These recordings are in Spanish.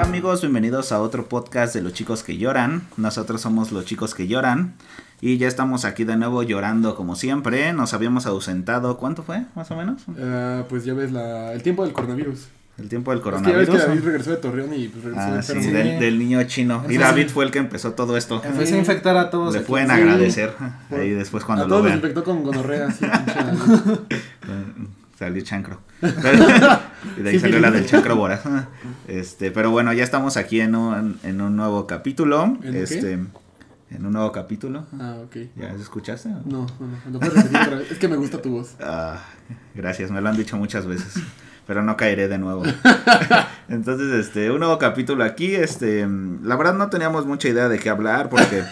amigos? Bienvenidos a otro podcast de Los Chicos que Lloran. Nosotros somos Los Chicos que Lloran. Y ya estamos aquí de nuevo llorando como siempre. Nos habíamos ausentado. ¿Cuánto fue, más o menos? Ah, pues ya ves la, el tiempo del coronavirus. El tiempo del Es que ya ves coronavirus. que David ¿no? regresó de Torreón y pues regresó Ah, de sí, enfermo. del, del niño chino. Y Entonces- David fue el que empezó todo esto. Empecé a infectar a todos. Le aquí. pueden sí. agradecer. Ahí después cuando a lo todos los vean. infectó con gonorrea, sí, pinche David. Salió chancro. y de ahí Sí, salió sí. la del chancro voraz. Este, pero bueno, ya estamos aquí en un, en un nuevo capítulo. ¿En qué? este, en un nuevo capítulo. Ah, ok. ¿Ya escuchaste? No, no, no, lo puedes repetir otra vez. Es que me gusta tu voz. Ah, gracias, me lo han dicho muchas veces, pero no caeré de nuevo. Entonces, este, un nuevo capítulo aquí, este, mm, la verdad no teníamos mucha idea de qué hablar porque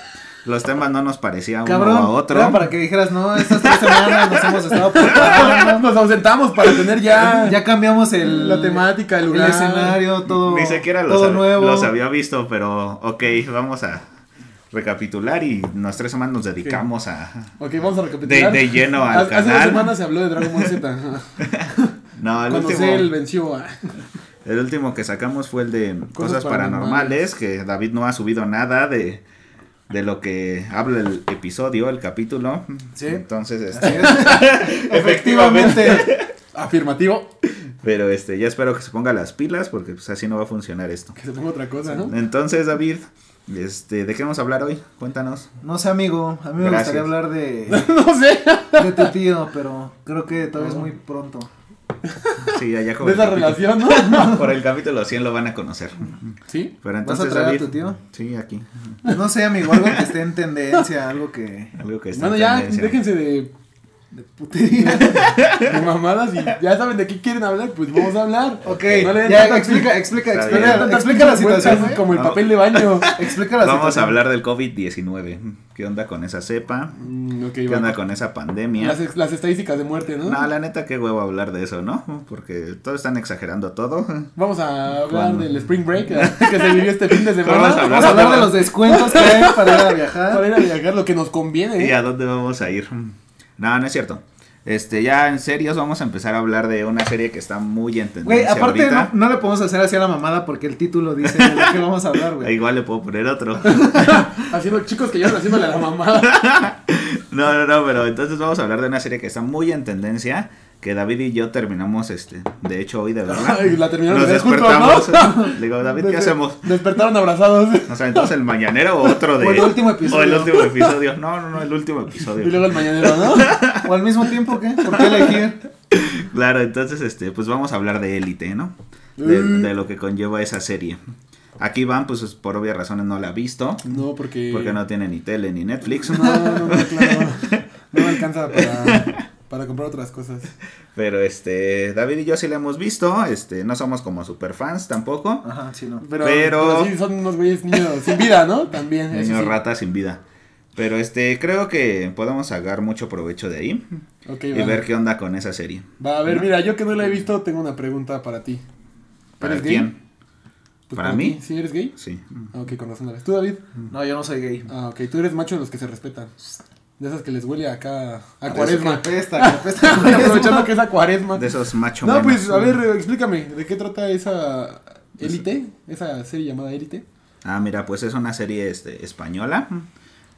los temas no nos parecían uno Cabrón, a otro. era para que dijeras, no, estas tres semanas nos hemos estado preparando. Ah, Nos ausentamos para tener ya, Ya cambiamos el, la temática, el el lugar. escenario, todo, Ni siquiera los, todo hab- nuevo. los había visto, pero ok, vamos a recapitular y nos tres semanas nos dedicamos a... Ok, vamos a recapitular. De- de lleno al Hace- Hace canal. dos semanas se habló de Dragon Ball Z. ajá. No, el Cuando último, Cell el... venció a... último que sacamos fue el de Cosas, Paranormales. Paranormales, que David no ha subido nada de, de lo que habla el episodio, el capítulo. Sí. Entonces, Sí, este, Efectivamente. Afirmativo. pero este, ya espero que se ponga las pilas porque pues así no va a funcionar esto. Que se ponga otra cosa, ¿no? Entonces, David, este, ¿de qué vamos a hablar hoy? Cuéntanos. No sé, amigo, a mí me Gracias. gustaría hablar de, No sé. de tu tío, pero creo que todavía es muy pronto. Sí, allá como De el esa capítulo- relación, ¿no? Por el capítulo 100 lo van a conocer. Sí. Pero ¿Vas a entonces, traer a David. tu tío? Sí, aquí. No sé, amigo, algo que esté en tendencia, algo que... Algo que está Bueno, en ya, tendencia. déjense de de putería. de mamadas y ya saben de qué quieren hablar, pues vamos a hablar. Ok, No le den ya, tantas- explica, explica, Está explica, bien. explica, la tantas situación, vueltas güey. Como el ¿eh? No. papel de baño. Explica la Vamos a situación. hablar del COVID-19. ¿Qué onda con esa cepa? Mm, ok, ¿Qué va. onda con esa pandemia? Las, ex- las estadísticas de muerte, ¿no? No, la neta, qué huevo hablar de eso, ¿no? Porque todos están exagerando todo. Vamos a hablar Juan. del Spring Break eh, que se vivió este fin de semana. Vamos a hablar. Vamos a hablar de los descuentos que hay para ir a viajar. Para ir a viajar, lo que nos conviene. ¿Y ¿eh? a dónde vamos a ir? No, no es cierto. Este, ya en serios vamos a empezar a hablar de una serie que está muy en tendencia Güey, aparte no, ahorita. no le podemos hacer así a la mamada porque el título dice de lo que vamos a hablar, güey. Igual le puedo poner otro. Haciendo chicos que lloran haciéndole a la mamada. No, no, no, pero entonces vamos a hablar de una serie que está muy en tendencia, que David y yo terminamos, este, de hecho hoy de verdad. Ay, la terminaron Nos de ver juntos, despertamos. Le digo, David, ¿qué Despe- hacemos? Despertaron abrazados. O sea, entonces el mañanero o otro de... O el último episodio. O el último episodio. No, no, no, el último Y episodio. luego el mañanero, ¿no? O al mismo tiempo, ¿qué? ¿Por qué elegir? Claro, entonces, este, pues vamos a hablar de élite, ¿no? De, Mm. de lo que conlleva esa serie. Aquí Van, pues por obvias razones no la ha visto, No, porque. porque no tiene ni tele ni Netflix. No, no, no, claro. No me alcanza para, para comprar otras cosas. Pero este, David y yo sí la hemos visto, este, no somos como super fans tampoco. Ah, Ajá, sí, no. Pero, Pero- pero sí, son unos güeyes niños sin vida, ¿no? También. eso Niño sí. rata sin vida. Pero este, creo que podemos sacar mucho provecho de ahí Ok, y va. ver qué onda con esa serie. Va, a ver, mira, yo que no la he visto, tengo una pregunta para ti. ¿Para ¿Eres gay? quién? Pues, ¿Para mí? ti. ¿Sí eres gay? Sí. Ah, ok, con razón la ves. ¿Tú, David? No, yo no soy gay. Ah, ok, tú eres macho de los que se respetan. De esas que les huele acá a Que cuaresma. apesta, que apesta a cuaresma. Aprovechando que es a cuaresma. De esos macho Ah. No, menos. pues, a ver, eh, explícame, ¿de qué trata esa élite? Esa serie llamada élite. Ah, mira, pues es una serie este, española.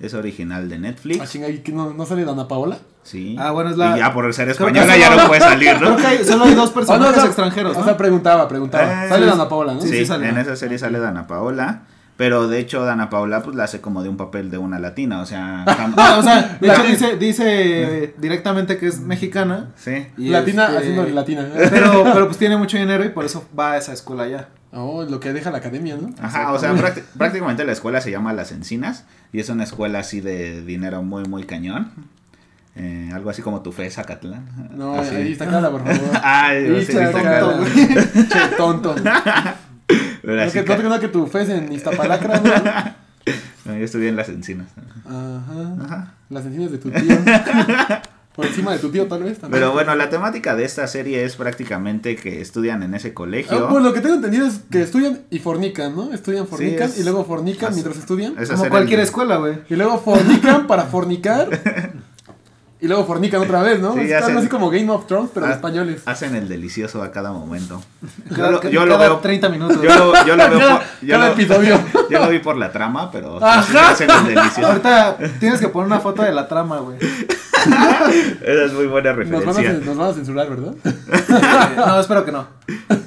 Es original de Ah, Netflix. chinga, ¿y qué no, no sale Dana Paola? Sí. Ah, bueno, es la- Y ya por ser Creo que española es ya la- no puede salir, Creo ¿no? que hay- solo hay dos Ah, personajes o sea, extranjeros, O ¿no? sea, preguntaba, preguntaba. Eh, sale sí, Dana Paola, ¿no? Sí, Sí, sí sale. en esa serie sale Dana Paola. Pero de hecho, Dana Paola pues la hace como de un papel de una latina. O sea, tam- No, o sea, de hecho dice, dice directamente que es mexicana. sí. y latina este- haciendo latina. Pero, pero pues tiene mucho dinero y por eso va a esa escuela ya. Oh, lo que deja la academia, ¿no? Ajá, o sea, prácti- prácticamente la escuela se llama Las Encinas y es una escuela así de dinero muy, muy cañón. Eh, algo así como tu fe, Zacatlán. No, Así. ahí está cara, por favor. Ay, Ahí Ah, sí, está viste cara. cara. Che, tonto. No Pero así que, que- no que- no que tu fe es en Iztapalacra, ¿no? No, yo estudié en Las Encinas. Ah, Ajá. Ajá. Las encinas de tu tío. Por encima de tu tío, tal vez. También. Pero bueno, la temática de esta serie es prácticamente que estudian en ese Ah, colegio. pues lo que tengo entendido es que estudian y fornican, ¿no? Estudian, fornican es- y luego fornican así- mientras estudian. Es Como hacer cualquier el- escuela, güey. Y luego fornican para fornicar. Y luego fornican otra vez, ¿no? Sí, Están hacen- Ah, así como Game of Thrones, pero Ha- españoles. Hacen el delicioso a cada momento. Yo Cada, lo, yo lo cada veo. 30 minutos. Yo lo, yo lo veo Cada- por- yo cada lo- episodio. yo lo vi por la trama, pero Ajá. sí, hacen el delicioso. Ahorita tienes que poner una foto de la trama, güey. Esa es muy buena Nos van, a, referencia. Eh, cen- nos van a censurar, ¿verdad? No, espero que no.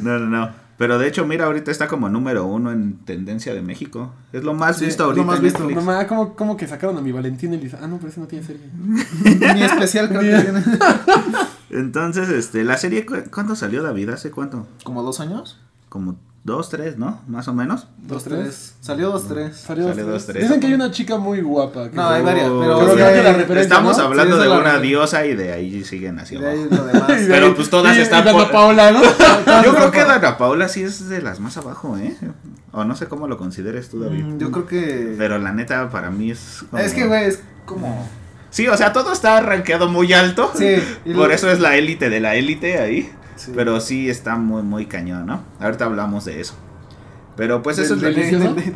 No, no, no. Pero de hecho, mira, ahorita está como número uno en tendencia de México. Es lo más Sí, visto es lo ahorita. más en visto. Netflix. Mamá, ¿cómo, ¿cómo que sacaron a mi Valentín Elisa? Ah, no, pero ese no tiene serie. Mm, Ni especial creo que tiene. Entonces, este, la serie, cu- ¿cuándo salió David? ¿Hace cuánto? ¿Como dos años? Como dos, tres, ¿no? Más o menos. Dos, Dos, tres. tres. Salió dos, tres. Salió Sale dos, dos, tres. tres. Dicen que hay una chica muy guapa. que No, hay se- varias, pero- Pero Creo que sí, la referencia, Estamos ¿no? hablando Sí, de esa es la una referencia. diosa y de ahí siguen Y hacia de ahí abajo. lo demás. Y de Pero, ahí- pues, todas y- y están Dana por- Paola, ¿no? Yo creo que Dana Paula sí es de las más abajo, ¿eh? O no sé cómo lo consideres tú, David. Mm, Yo creo que... Pero la neta, para mí es. como- Es que, güey, es como... Sí, o sea, todo está rankeado muy alto. Sí. y Por lo- eso es la élite de la élite ahí. sí. Pero sí está muy, muy cañón, ¿no? Ahorita hablamos de eso. Pero pues eso es Del- lo Del- que- delicioso. del- del-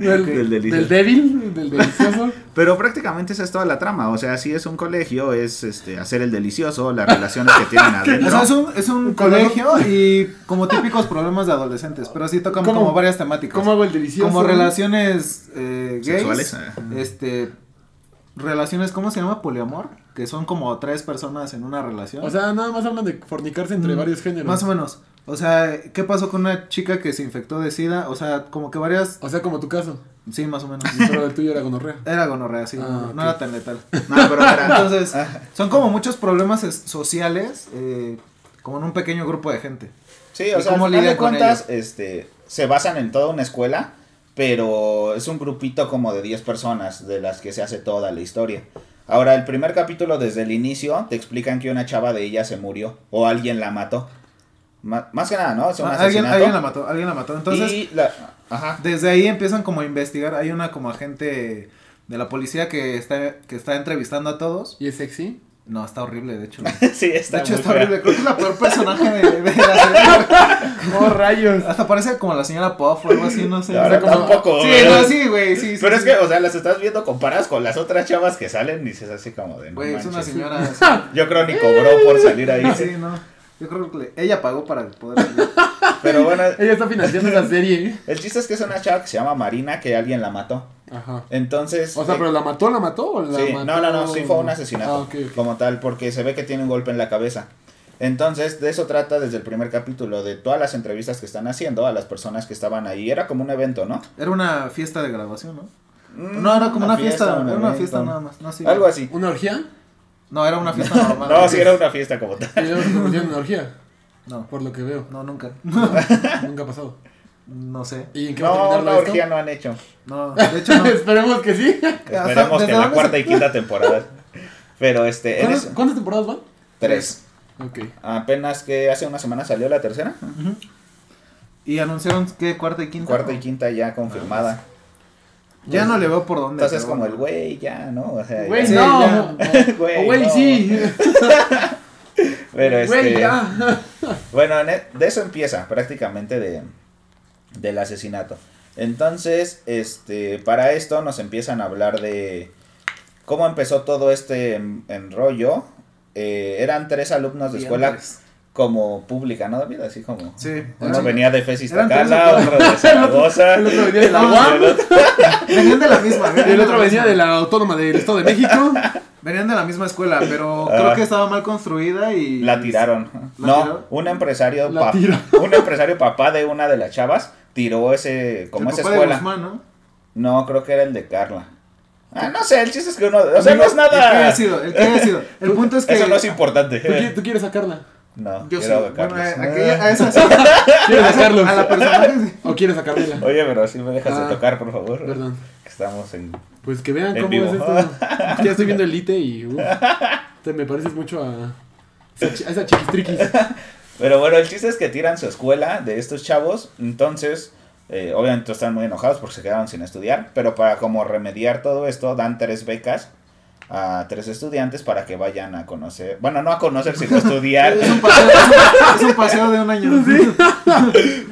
del- Del, Del delicioso. del débil, del delicioso. Pero prácticamente esa es toda la trama. O sea, sí es un colegio, es este hacer el delicioso, las relaciones que tienen O sea, es adentro. un, es un colegio y como típicos problemas de adolescentes, pero sí tocan ¿Cómo? como varias temáticas. ¿Cómo hago el delicioso? Como relaciones eh, gays. Sexuales, ah. Este. Relaciones, ¿cómo se llama? Poliamor. Que son como tres personas en una relación. O sea, nada más hablan de fornicarse entre Mm, varios géneros. Más o menos. O sea, ¿qué pasó con una chica que se infectó de SIDA? O sea, como que varias. O sea, como tu caso. Sí, más o menos. Pero el tuyo era gonorrea. Era gonorrea, sí. Ah, no, no ok. era tan letal. No, pero era- Entonces, Ah. son como muchos problemas es- sociales. eh, como en un pequeño grupo de gente. Sí, o ¿Y sea, cómo al final de lidian con cuentas, este, se basan en toda una escuela, pero es un grupito como de 10 personas de las que se hace toda la historia. Ahora, el primer capítulo desde el inicio te explican que una chava de ella se murió o alguien la mató. Ma- más que nada, ¿no? Es un Ah, alguien, asesinato. alguien la mató, alguien la mató. Entonces, y la- ajá. Desde ahí empiezan como a investigar. Hay una como agente de la policía que está, que está entrevistando a todos. ¿Y es sexy? No, está horrible, de hecho. sí, De está, hecho, muy está fea. horrible. Creo que es la peor personaje de, de la serie. ¡Oh, rayos! Hasta parece como la señora Puff o algo así, no sé. La verdad, O sea, como- tampoco, Sí, ¿verdad? no, sí, güey, sí. sí, Pero es sí. que, o sea, las estás viendo comparadas con las otras chavas que salen y es así como de no Güey, es una manches. señora. Yo creo ni cobró por salir ahí. Sí, no. Yo creo que le- ella pagó para poder. Pero bueno, Ella está financiando la serie. el chiste es que es una chava que se llama Marina que alguien la mató. Ajá. Entonces. O sea, eh, pero la mató, la mató o la sí, mató. No, no, no, sí fue un asesinato. Ah, ok. Como tal, porque se ve que tiene un golpe en la cabeza. Entonces, de eso trata desde el primer capítulo, de todas las entrevistas que están haciendo a las personas que estaban ahí. Era como un evento, ¿no? Era una fiesta de graduación, ¿no? Mm, No, era como una, fiesta, un era una evento, fiesta nada más. No, sí. Algo así. ¿Una orgía? No, era una fiesta normal. No, sí, era una fiesta como tal. Yo se convirtió en una orgía, No, por lo que veo. no, nunca. Nunca ha pasado. No sé. ¿Y en qué va a No, terminar una todo esto? orgía no han hecho. No, de hecho no. Esperemos que sí. Hasta- Esperemos que ¿desde en la dónde cuarta y quinta temporada. Pero este, en ¿Cuántas, eso- cuántas temporadas van? tres. Ok. Apenas que hace una semana salió la tercera. Y anunciaron que cuarta y quinta. Cuarta ¿no? y quinta ya confirmada. Ya no le veo por dónde. Entonces pero como el bueno. güey ya, ¿no? O sea, Güey, ya- Sí, no. Güey, O Güey, no. sí. Pero este, Güey, ya. bueno, en e- de eso empieza prácticamente de del asesinato. Entonces, este, para esto nos empiezan a hablar de cómo empezó todo este en- enrollo. Eh, eran tres alumnos de Y escuela pues, antes. como pública, ¿no, David? Así como. Sí. Uno eran- venía de Fesis Eran tres Tacala, alumnos. otro de Zaragoza. El otro venía de la el UAM. otro- Venían de la misma. Y venían el otro venía misma. de la Autónoma del Estado de México. Venían de la misma escuela, pero Ah. creo que estaba mal construida y. La tiraron. ¿La no, tiraron? un empresario La pa- tiró. un empresario papá de una de las chavas tiró ese como el esa papá de escuela. Guzmán, ¿no? No, creo que era el de Carla. Ah, no sé, el chiste es que uno, o sea, no Amigo, es El que haya nada. sido, el que haya sido. El punto es que. Eso no es ¿Tú, qui- importante. tú quieres sacarla? No, Yo era sí. de Bueno, eh, a, Carlos. aquella- a esa sí. ¿Quieres sacarlo? A la persona. ¿O quieres sacarla? Oye, pero si me dejas Ah, de tocar, por favor. Perdón. Que Estamos en Pues que vean En cómo vivo. es esto. Ya estoy viendo el Elite y. uf, te me pareces mucho a. esa chi- A esa chiquistriquis. Pero bueno, el chiste es que tiran su escuela de estos chavos, entonces eh, obviamente están muy enojados porque se quedaron sin estudiar, pero para como remediar todo esto dan tres becas a tres estudiantes para que vayan a conocer, bueno, no a conocer, sino a estudiar, Es un paseo, es un- es un paseo de un año.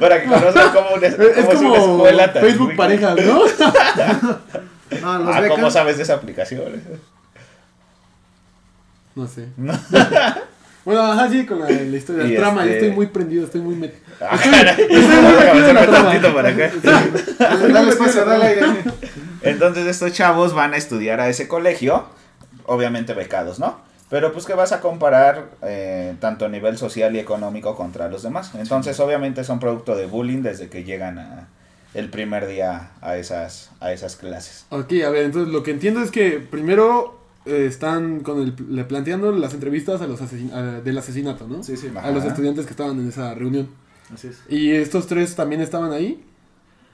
para que conozcan cómo, una- Es, es cómo es una como escuela tan Facebook rica. parejas, ¿no? No, los Ah, ¿cómo becas. sabes de esa aplicación? No sé. Bueno, ajá, sí, con la, la historia, la Y trama, yo este- estoy muy prendido, estoy muy metido. Ah, caray. estoy muy metido en la Avanzar trama. tantito para acá. Dale espacio, dale aire. Entonces estos chavos van a estudiar a ese colegio, obviamente becados, ¿no? Pero pues que vas a comparar eh, tanto a nivel social y económico contra los demás. Entonces obviamente son producto de bullying desde que llegan a- el primer día a esas, a esas clases. Ok, a ver, entonces lo que entiendo es que primero eh, están con el, le planteando las entrevistas a los asesin- a- del asesinato, ¿no? Sí, sí. Ajá. A los estudiantes que estaban en esa reunión. Así es. ¿Y estos tres también estaban ahí?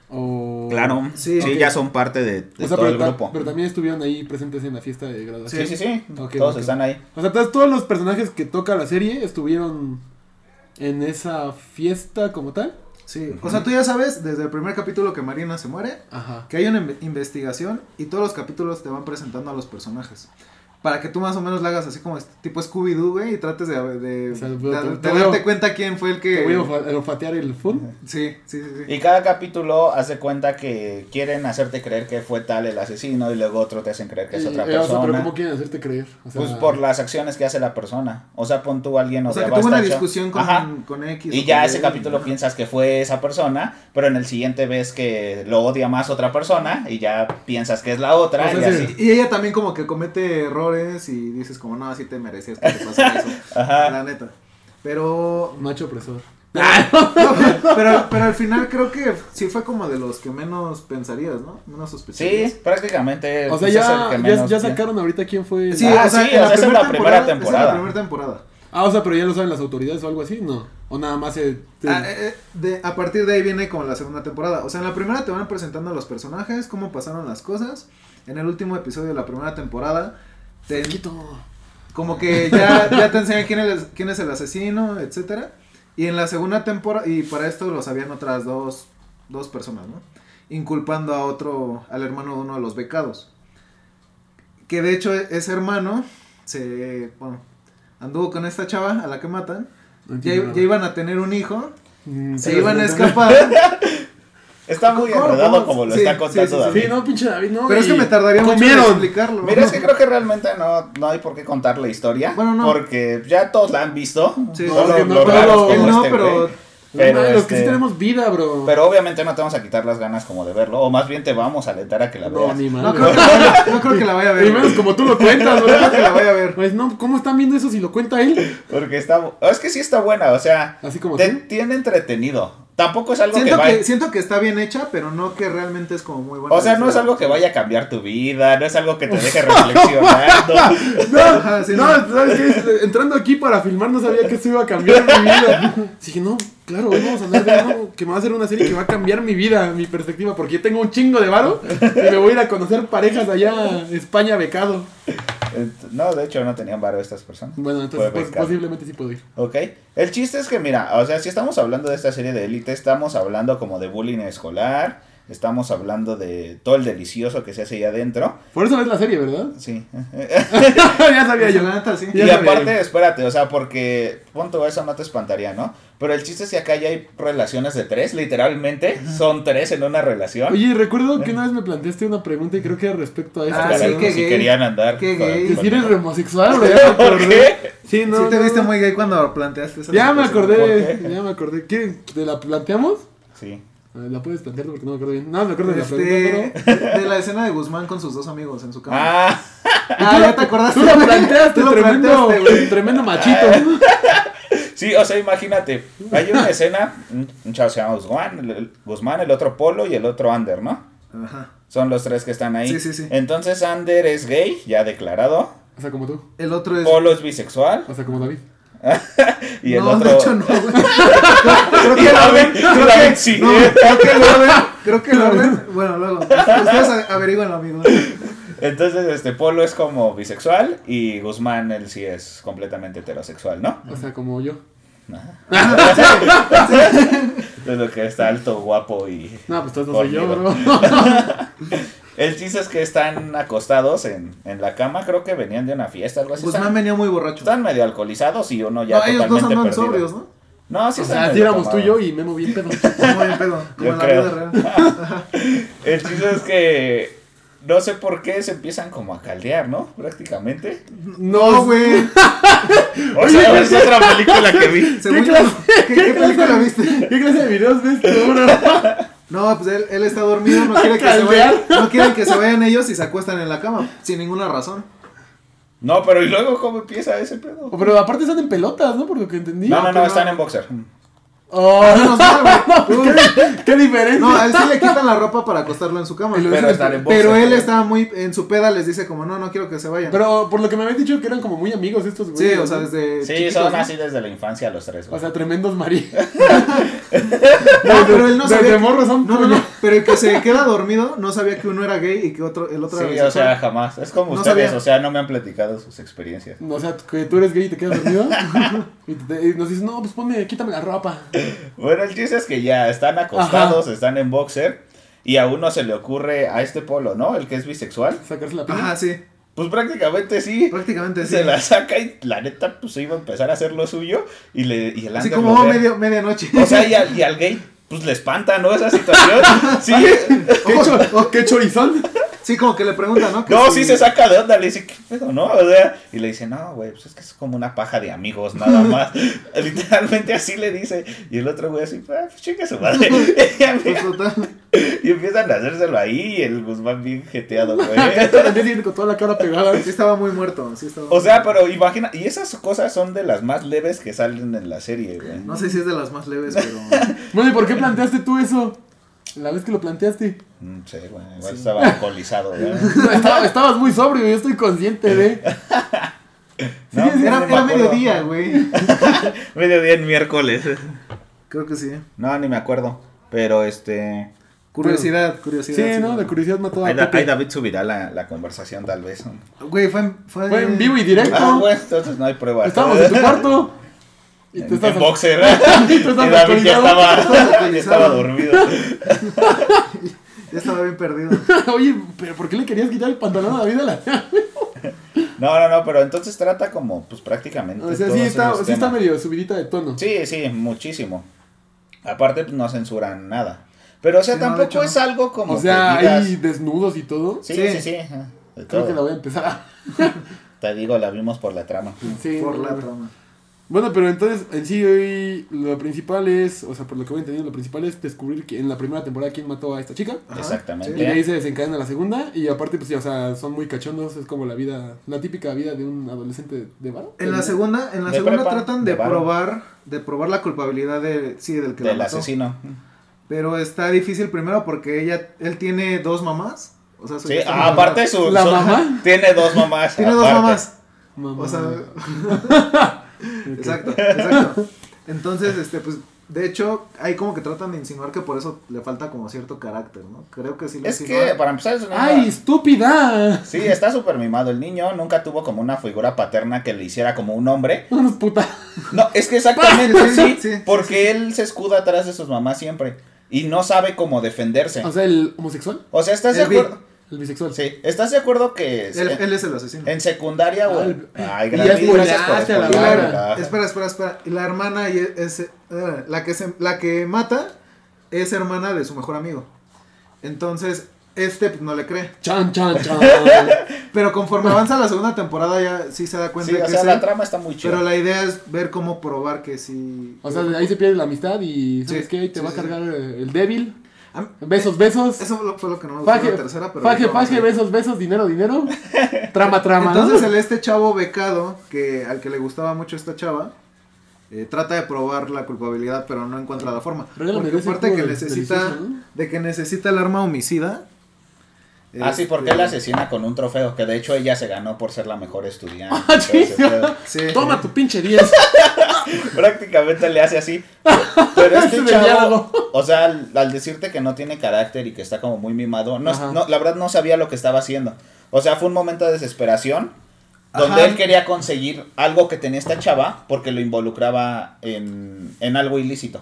¿O... Claro, sí, Sí, ok. ya son parte de, de O todo sea, pero, el ta- grupo. pero también estuvieron ahí presentes en la fiesta de graduación. Sí, sí, sí, Ok, todos ok. están ahí. O sea, entonces, todos los personajes que toca la serie estuvieron en esa fiesta como tal. Sí. O sea, tú ya sabes desde el primer capítulo que Marina se muere, Ajá. que hay una inve- investigación y todos los capítulos te van presentando a los personajes. Para que tú más o menos la hagas así como este- tipo Scooby-Doo, güey, y trates de, de, O sea, de- te- de te darte veo. cuenta quién fue el que... Te voy a olfa- a olfatear el fun. Sí, sí, sí. sí. Y cada capítulo hace cuenta que quieren hacerte creer que fue tal el asesino y luego otro te hacen creer que es Y- otra eh, o sea, persona. pero ¿cómo quieren hacerte creer? O sea, Pues por las acciones que hace la persona. O sea, pon tú a alguien O sea, que odiaba tuvo a una esta chava. discusión Ajá. con, con X. Y o ya con ese Y. capítulo piensas que fue esa persona, pero en el siguiente ves que lo odia más otra persona y ya piensas que es la otra. O sea, y sí. así. Y ella también como que comete errores y dices como, no, así te merecías que te pasara eso. Ajá. La neta. Pero, Macho opresor. no, pero, pero al final creo que sí fue como de los que menos pensarías, ¿no? Menos sospecharías. Sí, prácticamente. O sea, pues, es el ya, que ya, menos ya tiene. sacaron ahorita quién fue. Sí. Ah, o sea, esa es la primera temporada. Esa es la primera temporada. Ah, o sea, pero ya lo saben las autoridades o algo así, ¿no? O nada más se. se- Ah, eh, eh, de- a partir de ahí viene como la segunda temporada. O sea, en la primera te van presentando los personajes, cómo pasaron las cosas. En el último episodio de la primera temporada, te, Quito. como que ya, ya te enseñan quién es, quién es el asesino, etcétera. Y en la segunda temporada, y para esto lo sabían otras dos, dos personas, ¿no? Inculpando a otro, al hermano de uno de los becados. Que de hecho e- ese hermano se, bueno, anduvo con esta chava a la que matan. No Ya, entiendo nada. ya iban a tener un hijo, Mm, se pero- iban a escapar. Está muy ¿Cómo? enredado ¿Cómo? como lo Sí, está sí, contando sí, sí. David. Sí, no, pinche David, no. Pero es que y- me tardaría mucho en Comieron. explicarlo. Mira, es que creo que realmente no, no hay por qué contar la historia. Bueno, no. Porque ya todos la han visto. Sí. Solo No, que no, los pero- raros como Él no, este pero güey. Pero, Madre, Los que sí este, tenemos vida, bro. Pero obviamente no te vamos a quitar las ganas como de verlo, o más bien te vamos a alentar a que la no, veas. ni no madre. creo, que la vaya- no creo que la vaya a ver. Y menos güey. como tú lo cuentas, No creo que bro. la vaya a ver. Pues no, ¿cómo están viendo eso si lo cuenta él? Porque está... bu- Es que sí está buena, o sea, Así como te tú. tiene entretenido. Tampoco es algo que Siento vaya... que, siento que está bien hecha, pero no que realmente es como muy buena. O sea, no es algo que vaya a cambiar tu vida, no es algo que te deje reflexionando. No, Ajá, Ah, sí, Ah, no, ¿sabes qué? Entrando aquí para filmar no sabía que esto iba a cambiar mi vida. Dije, no, claro, hoy vamos a hablar de algo que me va a hacer una serie que va a cambiar mi vida, mi perspectiva, porque yo tengo un chingo de varo y me voy a ir a conocer parejas allá a España becado. Ent- No, de hecho no tenían varo estas personas. Bueno, Fue entonces pos- Pues, becado. posiblemente sí puedo ir. Ok. El chiste es que, mira, o sea, si estamos hablando de esta serie de élite, estamos hablando como de bullying escolar, estamos hablando de todo el delicioso que se hace ahí adentro. Por eso ves la serie, ¿verdad? Sí. ya sabía Sabía yo. Pues, la neta, sí. Ya Y sabía aparte, yo. espérate, o sea, porque punto eso no te espantaría, ¿no? Pero el chiste es que acá ya hay relaciones de tres, literalmente, son tres en una relación. Oye, recuerdo que una vez me planteaste una pregunta y creo que era respecto a esto. Ah, Caray, sí, como qué si gay, querían andar. qué con- gay. Pues Que con- si eres homosexual, bro. Ya me ¿Por acordé. qué? Sí, no. sí te no, viste no. muy gay cuando planteaste esa Ya me situación. ¿Por acordé, ¿Por qué? ya me acordé. ¿Quieren ¿Te la planteamos? Sí. A ver, ¿La puedes plantear tú? porque no me acuerdo bien? No, me acuerdo de la pregunta, Este, de la escena de Guzmán con sus dos amigos en su cama. Ah, Ah, ya te acordaste. pero... Tú la güey. planteaste, Tú lo tremendo, planteaste, güey. tremendo machito. sí, o sea, imagínate. Hay una escena, un un chavo se llama Guzmán, el- el- Guzmán, el otro Polo y el otro Ander, ¿no? Ajá. Son los tres que están ahí. Sí, sí, sí. Entonces Ander es gay, ya declarado. O sea, como tú. El otro es. Polo es bisexual. O sea, como David. Y el no, otro. de hecho no, güey. Creo Y que la lo ven. ven- y la ven, sí. No, creo que lo ven. Creo que lo ven. Bueno, luego. Ustedes a- averigüenlo, amigos. Entonces, este Polo es como bisexual y Guzmán, él sí es completamente heterosexual, ¿no? O sea, como yo. De lo que está alto, guapo y. No, pues todos no soy yo, Conmigo. bro. El chiste es que están acostados en, en la cama, creo que venían de una fiesta, algo así. Guzmán están, venía muy borracho. están medio alcoholizados y uno ya no, ellos dos totalmente andan perdido. sobrios, ¿no? No, sí O están sea, medio así éramos tú y tomados. yo y Memo bien pedo. Como en pedo, como Yo en la creo. vida real. El chiste es que no sé por qué se empiezan como a caldear, ¿no? Prácticamente. No, güey. O sea, es otra película que vi. Según yo- clase- ¿Qué, qué película viste? ¿Qué clase de videos ves tú, bro? No, pues él, él está dormido, no quiere, que se Caldear. vayan, no quiere que se vayan ellos y se acuestan en la cama, sin ninguna razón. No, pero ¿y luego cómo empieza ese pedo? Pero aparte están en pelotas, ¿no? Por lo que entendí. No, no, que no, no. están en boxer. Oh, Menos mal, güey. Uy. qué diferencia. No, a él sí le quitan la ropa para acostarlo en su cama. Y lo Pero dejan están en boxer. Pero él está muy en su peda, les dice como, no, no quiero que se vayan. Pero por lo que me habías dicho que eran como muy amigos estos güeyes. sí, o sea, ¿no? desde... Sí, chiquitos, son ¿no? así desde la infancia los tres. O güey. sea, tremendos marí. No, pero él no Desde sabía... que- morro son No, no, no, pero el que se queda dormido no sabía que uno era gay y que otro, el otro Sí, era o sea, jamás. Es como No ustedes, sabía. o sea, no me han platicado sus experiencias. O sea, que tú eres gay y te quedas dormido. y, te- y nos dices, no, pues ponme, quítame la ropa. Bueno, el chiste es que ya están acostados, están en boxer. Y a uno se le ocurre a este polo, ¿no? El que es bisexual. Sacarse la pila. Ajá, sí, Pues prácticamente sí. prácticamente sí. Se la saca y la neta, pues se iba a empezar a hacer lo suyo. Y, le, y el Así Ander como "Oh, lo ve. medio, medianoche. O sea, y al, y al gay, pues le espanta, ¿no? Esa situación. Sí. ¿Qué, cho- oh, qué chorizón? Sí, como que le preguntan, ¿no? Que No, sí si- se saca de onda, le dice, ¿qué pedo, no? O sea, y le dice, no, güey, pues es que es como una paja de amigos, nada más. Literalmente así le dice. Y el otro güey así, "Ah, pues chinga su madre. Pues, total. y empiezan a hacérselo ahí, y el Guzmán bien jeteado, güey. Acá tiene con toda la cara pegada. Sí estaba muy muerto, sí estaba... O sea, pero imagina, y esas cosas son de las más leves que salen en la serie, güey. No sé si es de las más leves, pero... Bueno, ¿y por qué planteaste tú eso? La vez que lo planteaste. No sé, Mm, güey, igual estaba alcoholizado, güey. Estaba- estabas muy sobrio, yo estoy consciente de. No, Sí, no sí, Era, me era acuerdo. mediodía, güey. Mediodía en miércoles. Creo que sí. No, ni me acuerdo, pero este... Curiosidad, curiosidad. Sí, ¿no? De curiosidad mató a Ahí, da- ahí Pepe. David subirá la, la conversación tal vez. ¿no? Güey, fue en, fue, Fue en vivo y directo. Ah, bueno, entonces no hay pruebas. Ah, Estábamos en tu cuarto. Y En, tú estás. en boxer. Y y tú estás David ya alcoholizado. estaba, alcoholizado. ya estaba dormido. Ya estaba bien perdido. Oye, ¿pero por qué le querías quitar el pantalón a David a la.? No, no, no, pero entonces trata como, pues prácticamente. O sea, todos sí está, esos sí está temas. medio subidita de tono. Sí, sí, muchísimo. Aparte, pues no censuran nada. Pero, o sea, Sí, no, de tampoco hecho, no. es algo como. o sea, que digas- hay desnudos y todo. Sí, Sí. sí, sí. ajá, de Creo todo. que la voy a empezar a. Te digo, la vimos por la trama. Sí, por no, la no. trama. Bueno, pero entonces, en sí, hoy lo principal es. O sea, por lo que voy entendiendo, lo principal es descubrir que en la primera temporada quién mató a esta chica. Ajá, Exactamente. Y de ahí se desencadena la segunda. Y aparte, pues, sí, o sea, son muy cachondos. Es como la vida, la típica vida de un adolescente de bar. En la segunda, en la De segunda prepa, tratan de de, varo. probar, de probar la culpabilidad de, sí, del que la Del mató. asesino. Pero está difícil primero porque ella, él tiene dos mamás. O sea, su- Sí, ah, aparte su. ¿La su- mamá? Tiene dos mamás. Tiene dos aparte. mamás. Mamá. O sea, Ok. exacto, exacto. Entonces, este, pues, de hecho, ahí como que tratan de insinuar que por eso le falta como cierto carácter, ¿no? Creo que sí lo Es que, insinúan. para empezar, es una- ¡Ay, estúpida! Sí, está súper mimado. El niño nunca tuvo como una figura paterna que le hiciera como un hombre. Unos puta. No, es que exactamente Sí, sí, sí, sí, porque él se escuda atrás de sus mamás siempre y no sabe cómo defenderse. O sea, el homosexual, O sea, ¿estás de el bi- acuerdo? el bisexual. Sí, ¿estás de acuerdo que es- Él, en, él es el asesino. en secundaria o Ah, en- el- Ay, y ya gracias, gracias por spoileaste a la Y spoilear, vara. ¿verdad? la, espera, espera, espera. Y la hermana y es, es- eh, la que se- la que mata es hermana de su mejor amigo. Entonces, este pues, no le cree. Chan, chan, chan. Pero conforme avanza la segunda temporada ya sí se da cuenta Sí, de o que sea, es la él, trama está muy chida. Pero la idea es ver cómo probar que sí. O sea, de ahí se pierde la amistad y ¿sabes Sí, qué? Ahí te sí, va a sí. cargar eh, el débil. A mí- Besos, besos. Eso fue lo- fue lo que no me gustó de Faje, la tercera, pero. faje, ahorita vamos a faje, ver. besos, besos, dinero, dinero. Trama, trama. ¿no? Entonces, el, este chavo becado, que al que le gustaba mucho esta chava, eh, trata de probar la culpabilidad, pero no encuentra la forma. Regálame Porque ese aparte que jugo necesita, delicioso, ¿no? de que necesita el arma homicida. Ah, sí, este, porque él la asesina con un trofeo que de hecho ella se ganó por ser la mejor estudiante. Ah, todo ese chinga. pedo. Sí. Toma tu pinche 10. Prácticamente le hace así. Pero Es este un chavo, diálogo. o sea, al, al decirte que no tiene carácter y que está como muy mimado, no, Ajá. no, la verdad no sabía lo que estaba haciendo. O sea, fue un momento de desesperación donde Ajá. él quería conseguir algo que tenía esta chava porque lo involucraba en, en algo ilícito.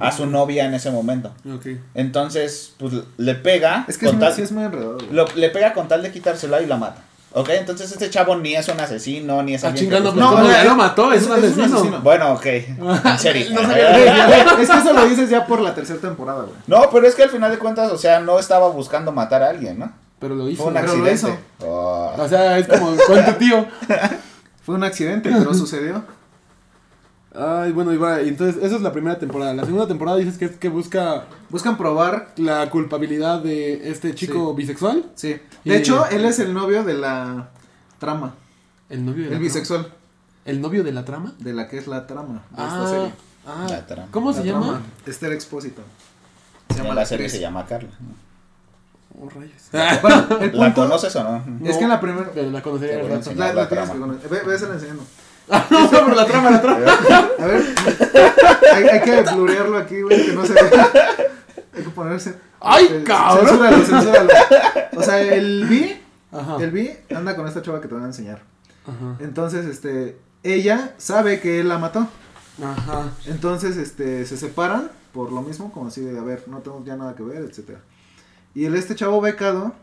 A su novia en ese momento. Ok. Entonces, pues le pega. Es que es con muy, tal- sí es muy enredado. güey. lo- le pega con tal de quitársela y la mata. ¿Ok? Entonces este chavo ni es un asesino, ni es Ah, alguien que chingando, busca- pues, ¿cómo No, ya eh, lo mató? Es un asesino. Bueno, ok. En serio. No Güey, ya, güey, es que eso lo dices ya por la tercera temporada, güey. No, pero es que al final de cuentas, o sea, no estaba buscando matar a alguien, ¿no? Pero lo hizo. Fue un Pero lo hizo. accidente. Oh. O sea, es como con tu tío. Fue un accidente, pero sucedió. Ay, bueno, y va, y entonces, esa es la primera temporada. La segunda temporada dices que es que busca Buscan probar. la culpabilidad de este chico bisexual. Sí. Y- De hecho, él es el novio de la trama. El novio de la El trama. bisexual. ¿El novio de la trama? De la que es la trama de Ah, esta serie. ah, La trama. ¿Cómo La se trama, llama? Esther Expósito. Se En llama la la serie se actriz. llama Carla. Oh, rayos. Bueno, el ¿La punto conoces o no? es que en la primera. Pero la conocería Te al voy a rato. enseñar. La, La la tienes que trama. conocer. Ve, ve, se la enseñando. No, pero la trama, la trama. A ver, hay, hay que blurearlo aquí, güey, que no se vea. Hay que ponerse. ¡Ay, Eh, cabrón! Censúralo, censúralo. O sea, el B, Ajá. el B anda con esta chava que te van a enseñar. Ajá. Entonces, este, ella sabe que él la mató. Ajá. Entonces, este, se separan por lo mismo, como así de, a ver, no tenemos ya nada que ver, etcétera. Y el este chavo becado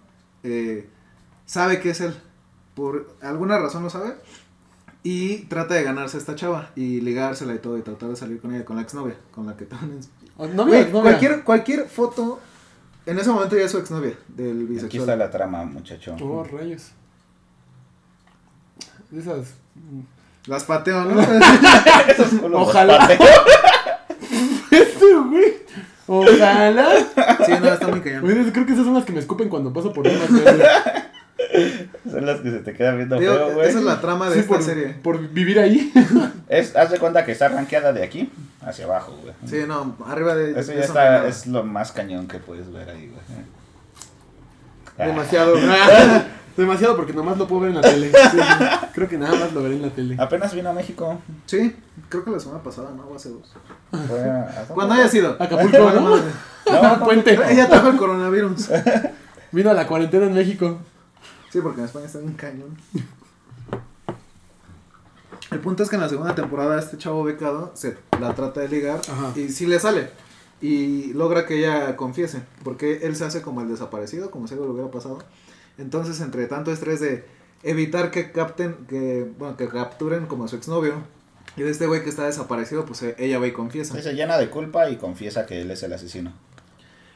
eh, sabe que es él, por alguna razón lo sabe, y trata de ganarse a esta chava y ligársela y todo y tratar de salir con ella, con la exnovia, con la que estaban en- Oh, novia, Güey, novia. cualquier, cualquier foto, en ese momento ya es su exnovia del Aquí está bisexual. la trama, muchacho. Oh, rayos. De esas. Las pateó, ¿no? Ojalá. Este, güey. Ojalá. sí, no, está muy cañón. Güey, creo que esas son las que me escupen cuando paso por una serie. Son las que se te quedan viendo Digo, feo, güey. esa es la trama de Sí, esta por, serie. por vivir ahí. Es- haz de cuenta que está rankeada de aquí hacia abajo, güey. Sí, no, arriba de... Eso de ya esa no hay está, nada. es lo más cañón que puedes ver ahí, güey. Ah, Demasiado. Ah, Demasiado porque nomás lo puedo ver en la tele. Sí, creo que nada más lo veré en la tele. Ah, Apenas vino a México. Sí, creo que la semana pasada, ¿no? O hace dos. Fue a- Cuando haya sido. Acapulco, Ah, No, ¿no? no, Puente. Ella trajo el coronavirus. Vino a la cuarentena en México. Sí, porque en España está en un cañón. El punto es que en la segunda temporada este chavo becado se la trata de ligar Ajá. y sí le sale. Y logra que ella confiese, porque él se hace como el desaparecido, como si algo le hubiera pasado. Entonces, entre tanto estrés de evitar que capten, que, bueno, que capturen como a su exnovio, y de este güey que está desaparecido, pues eh, ella va y confiesa. Sí, se llena de culpa y confiesa que él es el asesino.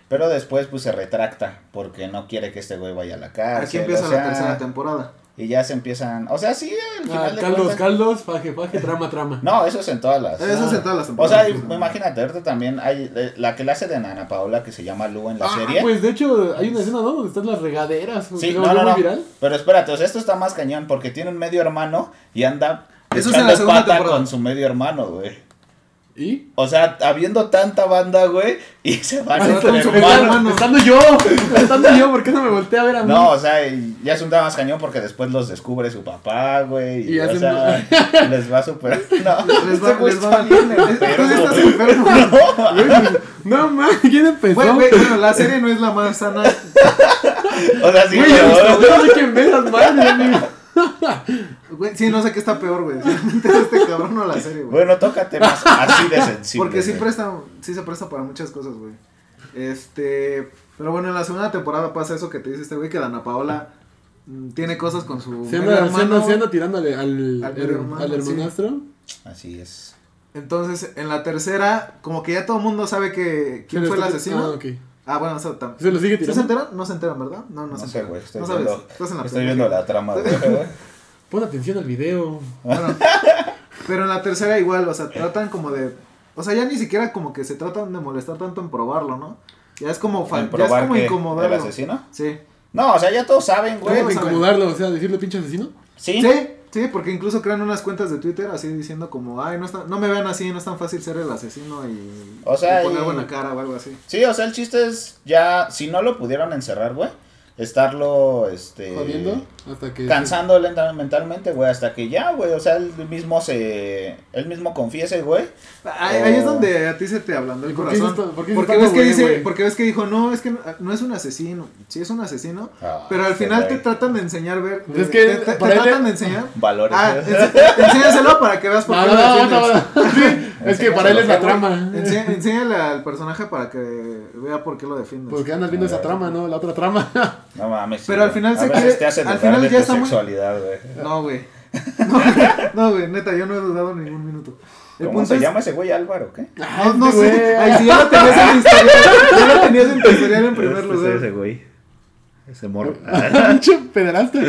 Pero después pues se retracta porque no quiere que este güey vaya a la cárcel. Aquí empieza o sea, la tercera temporada. Y ya se empiezan, o sea, sí, al final Ah, de caldos, cuentas- caldos, faje, faje, trama, trama. No, eso es en todas las. Eso es en todas las O temporadas. sea, y- imagínate, ahorita también hay eh, la que le hace de Nana Paola que se llama Lu en la Ah, serie. Pues de hecho, hay una escena, ¿no? Donde están las regaderas. Sí, que se no, volvió no, muy no. viral. Pero espérate, o sea, esto está más cañón porque tiene un medio hermano y anda Eso es en la echando segunda pata temporada. con su medio hermano, güey. ¿Y? O sea, habiendo tanta banda, güey, y se van Ah, entre con su hermanos. medio hermano. Estando yo, estando yo, ¿por qué no me volteé a ver a mí? No, o sea, y ya es un tema más cañón porque después los descubre su papá, güey. Y, Y o hacen- sea, les va súper. No, Les va, este güey les va está bien. ¿eh? bien Entonces estás enfermo. enfermo. Güey, No, mames, ¿quién empezó? Güey, güey, bueno, la serie no es la más sana. O sea, sí, Güey, pero- yo no sé quién ve las madres, amigo. Güey, sí, no sé qué está peor, güey. Este cabrón o la serie, güey. Bueno, toca temas así de sensibles. Porque sí güey. presta, sí se presta para muchas cosas, güey. Este, pero bueno, en la segunda temporada pasa eso que te dice este güey que Dana Paola mm, tiene cosas con su Se medio anda, se hermano. anda, se anda tirándole al, Al al, medio hermano, al hermanastro. Así es. Entonces, en la tercera, como que ya todo el mundo sabe que quién Se fue el lo está- asesino. Ah, ok. este- Ah, bueno, eso también. Se lo sigue ¿Sí se tirando. enteran? No se enteran, ¿verdad? No, no, No se sé, enteran. güey. Estoy, no sabes. viendo, Estás en la estoy pendeja. viendo la trama, güey. Pon atención al video. Bueno, pero en la tercera igual, o sea, tratan como de... O sea, ya ni siquiera como que se tratan de molestar tanto en probarlo, ¿no? Ya es como, fa- ¿En ya es probar como qué? incomodarlo. ¿El asesino? Sí. No, o sea, ya todos saben, güey. pues, ¿Cómo te Todos saben. incomodarlo? O sea, decirle pinche asesino. Sí. sí, sí, porque incluso crean unas cuentas de Twitter así diciendo como, ay, no, está, no me vean así, no es tan fácil ser el asesino y, O sea, y poner y- buena cara o algo así. Sí, o sea, el chiste es ya, si no lo pudieron encerrar, güey, estarlo, este... Jodiendo. Hasta que. Cansando lentamente mentalmente, güey, hasta que ya, güey, o sea, él mismo se... Él mismo confiese, güey. Ahí, ahí es Oh. donde a ti se te ablandó el ¿Por qué corazón. dices esto? ¿Por qué dices porque tanto, ves que güey, dice, güey? porque ves que dijo, no, es que no, no es un asesino. Sí es un asesino, Ah, pero al este final te güey. tratan de enseñar ver. Es que te, te- te para él- tratan de enseñar. Valores. Ah, güey. ense- enséñaselo para que veas por No, qué no, lo no, defiendes. no, no. Sí, Es que para él es la trama. Ense- Enséñale al personaje para que vea por qué lo defiendes. Porque andas viendo esa trama, ¿no? La otra trama. No mames. sí, Pero al güey. final A se veces quiere- te hacen al dudar final de ya tu está muy- sexualidad, güey. No, güey. No, güey. No, güey, neta, yo no he dudado ningún minuto. El ¿Cómo punto se es- llama ese güey Álvaro, qué? No, no Este güey. sé. Ay, si ya lo tenías en tu historial. Ya lo tenías en tu historial en primer Este es lugar. ese güey. Ese morro. Ah, Pinche pederasta.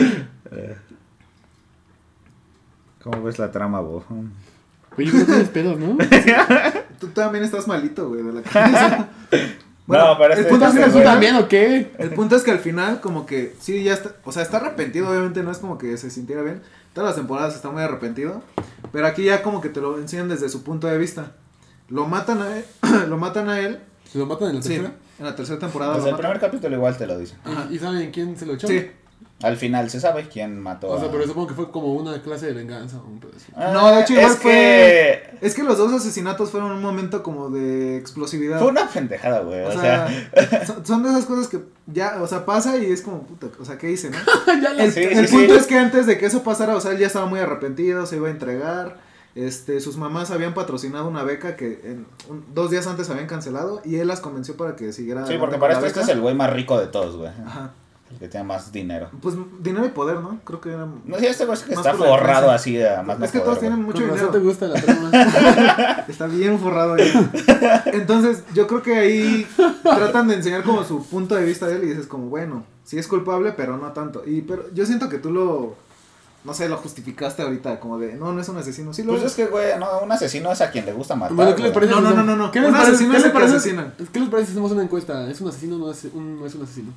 ¿Cómo ves la trama, vos? Oye, no tienes pedos, ¿no? Tú también estás malito, güey, de la cabeza. No, pero el este- punto es que este güey- ¿Tú al final- también o qué? El punto es que al final, como que, sí, ya está, o sea, está arrepentido, obviamente, no es como que se sintiera bien. Todas las temporadas está muy arrepentido, pero aquí ya como que te lo enseñan desde su punto de vista. Lo matan a él, lo matan a él, ¿Se lo matan en la sí, tercera? en la tercera temporada Desde lo el matan. primer capítulo igual te lo dicen. Ah, ¿Y saben quién se lo echó? Sí, Al final se sabe quién mató O sea, a- pero supongo que fue como una clase de venganza o un pedo así. Ah, No, de hecho, igual es que... es que los dos asesinatos fueron un momento como de explosividad. Fue una pendejada, güey. O O, sea, sea, son- son de esas cosas que ya, o sea, pasa y es como, puta, o sea, ¿qué hice, no? ya la El, Sí, el sí, punto sí. es que antes de que eso pasara, o sea, él ya estaba muy arrepentido, se iba a entregar. Este, sus mamás habían patrocinado una beca que en un- dos días antes habían cancelado y él las convenció para que siguiera. sí, adelante porque con para la esto este es beca. el güey más rico de todos, güey. Ajá. El que tiene más dinero. Pues dinero y poder, ¿no? Creo que era. No sé, este güey es que Más está por la defensa. forrado así, a más no es que poder, todos güey. tienen mucho Con razón te dinero. gusta la trama. Está bien forrado ahí. Entonces, yo creo que ahí tratan de enseñar como su punto de vista de él y dices como, bueno, sí es culpable, pero no tanto. Y pero yo siento que tú lo, no sé, lo justificaste ahorita, como de, no, no es un asesino. Sí lo Pues es. es que, güey, no, un asesino es a quien le gusta matar. Bueno, ¿qué les güey. parece? No, si no, hacemos- no, no, no. ¿Qué les Un parece? asesino ¿Qué es les el que parece? asesina. ¿Qué les parece si hacemos una encuesta? ¿Es un asesino o no es un, no es un asesino?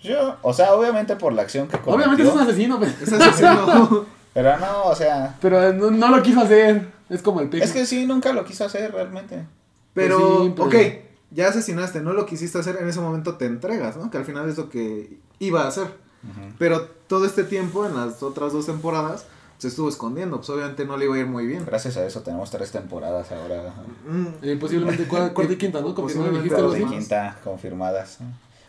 Yo, o sea, obviamente por la acción que cometió. Obviamente es un asesino, pero, Es Pues asesino. Pero no, o sea, pero no, no lo quiso hacer. Es como el peje. es que sí, nunca lo quiso hacer realmente. Pero, pues Sí, pero- ok, ya asesinaste, no lo quisiste hacer, en ese momento te entregas, ¿no? Que al final es lo que iba a hacer. Ujú. Pero todo este tiempo, en las otras dos temporadas, se estuvo escondiendo. Pues obviamente no le iba a ir muy bien. Gracias a eso tenemos tres temporadas ahora. Mm, Eh, posiblemente cua- cuarta y quinta, ¿no? Como si no me dijiste Posiblemente algo Cuarta así. y demás. quinta confirmadas.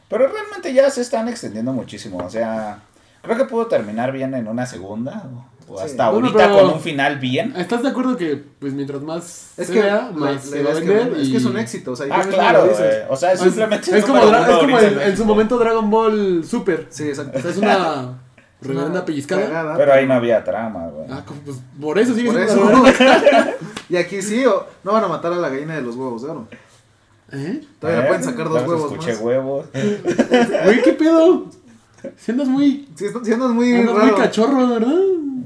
Pero realmente ya se están extendiendo muchísimo. O sea, creo que pudo terminar bien en una segunda. o- O Sí. hasta Bueno, ahorita pero- con un final bien. ¿Estás de acuerdo que, pues, mientras más Es se que, vea, la- más la se idea va a es, que, vender? es y... que es un éxito, o sea, ya Ah, ves cómo claro, lo dices. güey. O sea, es Es- simplemente. Pues, es como, número dra- uno es como ahorita el- en en su momento Dragon Ball Super. Sí, exacto. O sea, es una reverenda Una pellizcada. cagada, Pero ahí no había trama, güey. Ah, como, pues, por eso sigue Por siendo eso. una reverenda. y aquí sí, o, no van a matar a la gallina de los huevos de oro. ¿Eh? Todavía le Eh, pueden sacar dos ya huevos Escuché más. huevos. Güey, ¿qué pedo? Si andas muy, Sí, esto- sí, andas muy andas muy raro. cachorro, ¿verdad?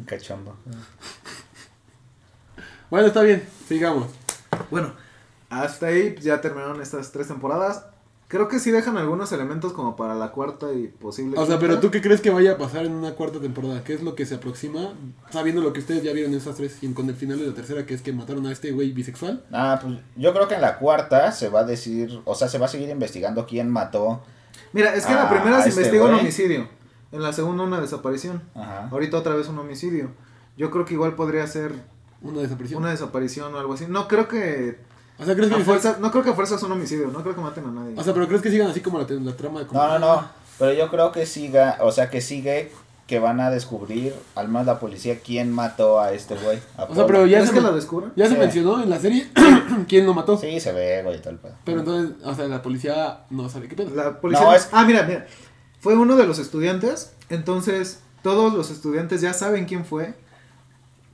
Cachondo. Bueno, está bien, sigamos. Bueno, hasta ahí pues, ya terminaron estas tres temporadas. Creo que sí dejan algunos elementos como para la cuarta y posible. O sea, pero tú quinta. qué crees que vaya a pasar en una cuarta temporada? ¿Qué es lo que se aproxima? Sabiendo lo que ustedes ya vieron en esas tres y con el final de la tercera, que es que mataron a este güey bisexual. Ah, pues yo creo que en la cuarta se va a decir, o sea, se va a seguir investigando quién mató. Mira, es que en Ah, la primera se este investiga un güey. homicidio. En la segunda una desaparición. Ajá. Ahorita otra vez un homicidio. Yo creo que igual podría ser Una desaparición. una desaparición o algo así. No creo que O sea, ¿crees que a fuerza, no creo que a fuerza es un homicidio. No creo que maten a nadie. O sea, pero ¿crees que sigan así como la, la trama? Como... No, no, no. Pero yo creo que siga, o sea, que sigue que van a descubrir, al menos la policía, quién mató a este güey. a O sea, Polo. pero ya ¿Crees se, que men- la descubran? ya se Sí. mencionó en la serie quién lo mató. Sí, se ve, güey, tal pedo. Pero entonces, o sea, la policía no sabe qué pedo. La policía. No, es- Ah, mira, mira. Fue uno de los estudiantes. Entonces, todos los estudiantes ya saben quién fue.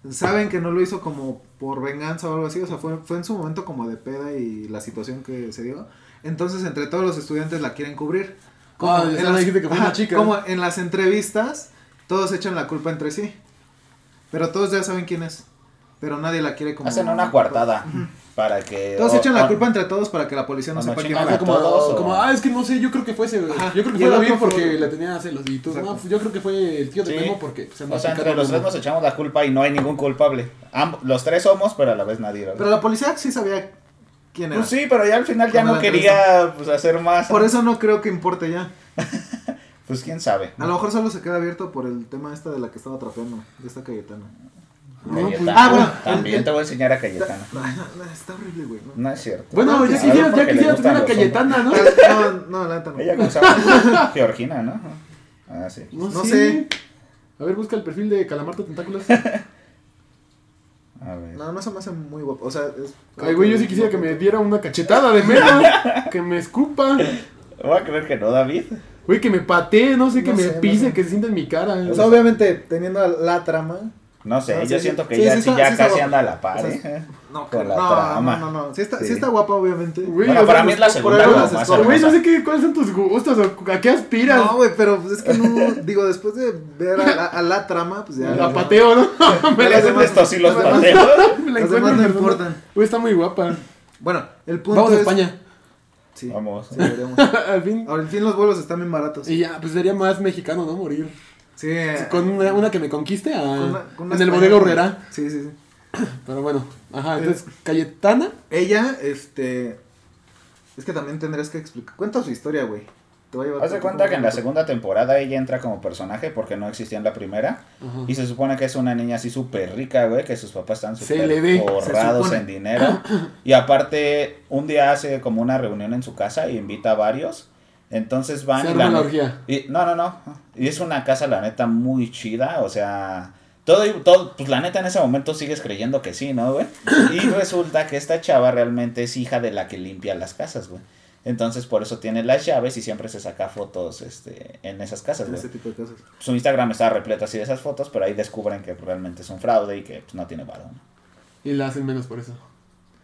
Saben que no lo hizo como por venganza o algo así. O sea, fue, fue en su momento como de peda y la situación que se dio. Entonces, entre todos los estudiantes la quieren cubrir. Ah, o sea, no dijiste que fue una chica. como en las entrevistas, todos echan la culpa entre sí. Pero todos ya saben quién es. Pero nadie la quiere como. Hacen una coartada pues, para que... Todos o- echan la o- culpa entre todos para que la policía no Cuando sepa quién chingan Ah, fue. o sea, como, todos, o- como, ah, es que no sé, yo creo que fue ese, güey. Ajá. Yo creo que Y fue el David otro fue- porque le tenía celos. Y tú, Exacto. no, yo creo que fue el tío de Sí. Memo porque se O sea, andaba entre los tres picando nos echamos la culpa y no hay ningún culpable. Amb- los tres somos, pero a la vez nadie. ¿verdad? Pero la policía sí sabía quién era. Pues sí, pero ya al final ya Cuando no la quería pues, hacer más. Por eso no creo que importe ya. Pues quién sabe. Ah, A lo mejor solo se queda abierto por el tema esta de la que estaba trapeando, de esta Cayetana. No, pues- Cayetana. Ah, bueno. También te voy a enseñar a Cayetana. Está, está horrible, güey. No, No es cierto. Bueno, No, ya pues, quisiera, porque ya le quisiera gustan tener a los Cayetana, ¿no? no, no, la neta no. Ella gozaba Georgina, ¿no? Ah, sí. No sé. sé. A ver, busca el perfil de Calamarto Tentáculos. A ver. No, no se me hace muy guapo. O sea, es. Ay, güey, yo sí quisiera que me diera una cachetada de menos. que me escupa. Voy a creer que no, David. Güey, que me patee, no sé, que No me sé, no pise, sé. que se sienta en mi cara. O sea, obviamente, teniendo la trama, No sé, Ah, yo sí, siento sí. que Sí, ya, sí sí está- ya sí está casi guapa. anda a la par, O sea, ¿eh? No, Con la no, trama. no, no, no. Sí está, Sí. sí está guapa, obviamente. Güey, Bueno, o para sea, mí es la por segunda algo como las más escojo. Güey, no hermosa. sé qué, cuáles son tus gustos o a qué aspiras. No, güey, pero pues, es que no. Digo, después de ver a la, a la trama, pues ya. la pateo, ¿no? Me la Las demás- Estos sí los las demás- pateos. me la Las encuentro demás no en el- importan. Güey, está muy guapa. Bueno, el punto Vamos a es- España. Sí, Vamos. sí, veremos. Al fin. Ahora, en fin, los vuelos están bien baratos. Y ya, pues sería más mexicano, ¿no? Morir. Sí. Con una, una que me conquiste a- una- Eh. con una en el bodega española. horrera. Sí, sí, sí. Pero bueno, ajá, Eh. entonces Cayetana. Ella, este. Es que también tendrías que explicar. Cuenta su historia, güey. Te va a llevar. Haz de cuenta que en la segunda temporada ella entra como personaje porque no existía en la primera. Ajá. Y se supone que es una niña así súper rica, güey, que sus papás están Se súper le ve, se forrados supone. en dinero. Y aparte, un día hace como una reunión en su casa y invita a varios. Entonces van Se y arma la- la orgía. y- no, no, no. Y es una casa, la neta, muy chida. O sea, todo, y- todo, pues la neta en ese momento sigues creyendo que sí, ¿no, güey? Y resulta que esta chava realmente es hija de la que limpia las casas, güey. Entonces por eso tiene las llaves y siempre se saca fotos este, en esas casas, En güey. ese tipo de cosas. Su Instagram está repleto así de esas fotos, pero ahí descubren que realmente es un fraude y que pues, no tiene varón. Y la hacen menos por eso.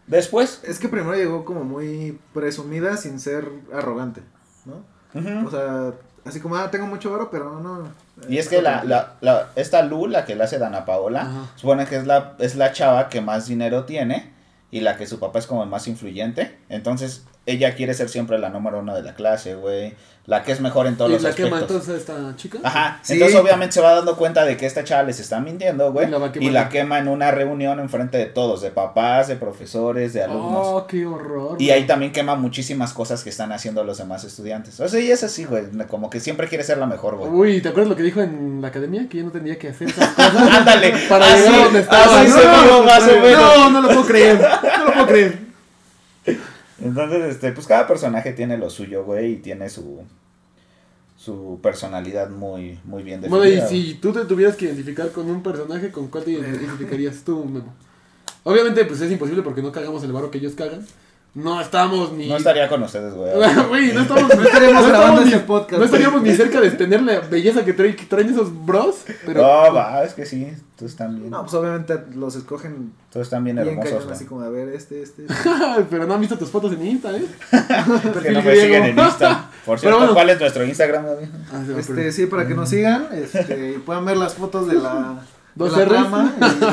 Después, Es que primero llegó como muy presumida sin ser arrogante, ¿no? ujú, O sea, así como, ah, tengo mucho oro, pero no. no Y eh, es que la, la, la- esta Lu, la que le hace Dana Paola, Ajá. supone que es la, es la chava que más dinero tiene y la que su papá es como el más influyente. Entonces, ella quiere ser siempre la número uno de la clase, güey. La que es mejor en todos y los la aspectos. quema entonces a esta chica. Ajá, Sí. entonces obviamente se va dando cuenta de que esta chava les está mintiendo, güey. Y la va Y quemando. la quema en una reunión enfrente de todos, de papás, de profesores, de alumnos. Oh, qué horror. Y ahí también quema muchísimas cosas que están haciendo los demás estudiantes. O sea, ella es así, güey. Como que siempre quiere ser la mejor, güey. Uy, ¿te acuerdas lo que dijo en la academia? Que yo no tendría que hacer esas cosas. Ándale. Para así, llegar a donde estaba. así No, Ah, se vio más o menos. No, no lo puedo creer. No lo puedo creer. Entonces, este, pues cada personaje tiene lo suyo, güey, y tiene su su personalidad muy, muy bien Bueno, y definida. si tú te tuvieras que identificar con un personaje, ¿con cuál te identificarías tú, Memo? Obviamente, pues es imposible porque no cagamos el barro que ellos cagan. No estamos ni. güey. No estaría con ustedes, güey. Güey, no estamos. No estaríamos grabando ni, ese podcast, No güey. estaríamos ni cerca de tener la belleza que trae- que traen esos bros. Pero. No, va, es que sí, todos están bien, No, pues obviamente los escogen todos están bien bien hermosos, cañón, güey. así como, a ver, este, este. pero no han visto tus fotos en Insta, ¿eh? Es que no perfil me griego. siguen en Insta. Por Pero cierto, bueno. ¿cuál es nuestro Instagram, David? Ah, se me Este, ocurrió. sí, para que nos sigan, este, y puedan ver las fotos de la, de mm. Dos la Rs. trama. y todo.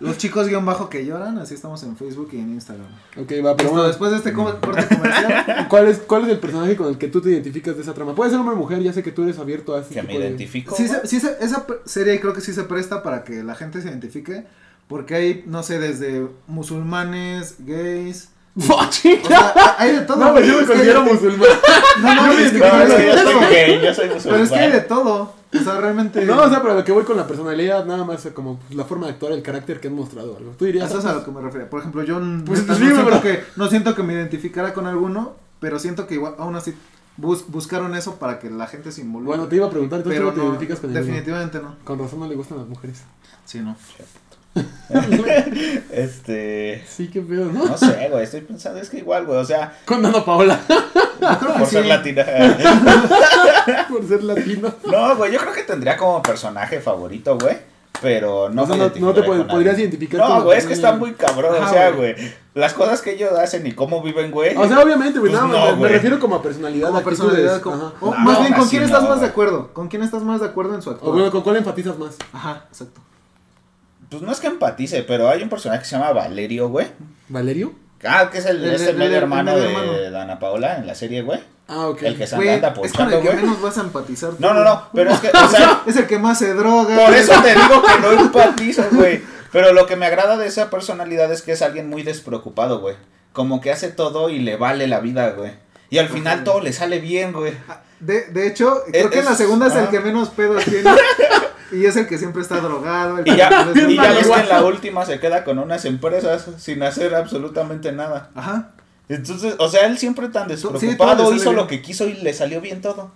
los chicos guión bajo que lloran, así estamos en Facebook y en Instagram. Ok, va, pero Listo, bueno, después de este co- corte comercial, ¿cuál es, ¿cuál es el personaje con el que tú te identificas de esa trama? Puede ser hombre o mujer, ya sé que tú eres abierto a ese Que me tipo de- identifico. sí, güey. se- sí se- esa pre- serie creo que sí se presta para que la gente se identifique, porque hay, no sé, desde musulmanes, gays, ¡Oh, o chica! sea, hay de todo. No, güey, yo me Es que- considero musulmán. No, no, es que- No, pero es es que yo que hay de soy todo. gay, yo soy Pero es que hay de musulmán. todo, o sea, realmente... No, o sea, pero lo que voy con la personalidad, nada más eh, como pues, la forma de actuar, el carácter que han mostrado. algo. Tú dirías. Eso es a lo que me refiero. Por ejemplo, yo n- Pues, neta, sí, no, güey, siento pero- que, no siento que me identificara con alguno, pero siento que igual, aún así bus- buscaron eso para que la gente se involucre. Bueno, te iba a preguntar, entonces pero tú no no, te identificas con ninguno? definitivamente no. Con razón no le gustan las mujeres. Sí, no. Este, Sí, qué pedo, ¿no? no sé, güey, estoy pensando, es que igual, güey, o sea, Con Ana Paola, Yo creo que por Ah, sí. ser latina. por ser latino. No, güey, yo creo que tendría como personaje favorito, güey. Pero no, O sea, me no- identificaría no te pod- con nadie. podrías identificar No, con- güey, es que está Mm. muy cabrón. o Ajá, sea, güey. güey. Las cosas que ellos hacen y cómo viven, güey. O sea, obviamente, güey, Pues nada, no, más, me- me güey. refiero como a personalidad. Como actitudes, personalidad, como- Oh, ajá. o No, más bien, ¿con así quién no, estás más de güey. acuerdo? ¿Con quién estás más de acuerdo en su O actuar? bueno, ¿con cuál enfatizas más? Ajá, exacto. Pues no es que empatice, pero hay un personaje que se llama Valerio, güey. ¿Valerio? Ah, que es el, El- este el- medio el hermano medio de hermano. Dana Paola en la serie, güey. Ah, ok. El que se Güey, anda es con pulsando, el que Pues, güey. menos vas a empatizar. tú, No, no, güey. no, pero es que, o sea, Es el que más se droga. Por eso te digo que no empatizo, güey. Pero lo que me agrada de esa personalidad es que es alguien muy despreocupado, güey. Como que hace todo y le vale la vida, güey. Y al final todo le sale bien, güey. De, de hecho, creo Es- que en la es- segunda es el ajá. que menos pedos tiene. y es el que siempre está drogado. El Y que ya, siempre Pues es y un ya ves que mal- en la última se queda con unas empresas sin hacer absolutamente nada. Ajá. Entonces, o sea, él siempre tan todo despreocupado, le sale hizo bien. lo que quiso y le salió bien todo.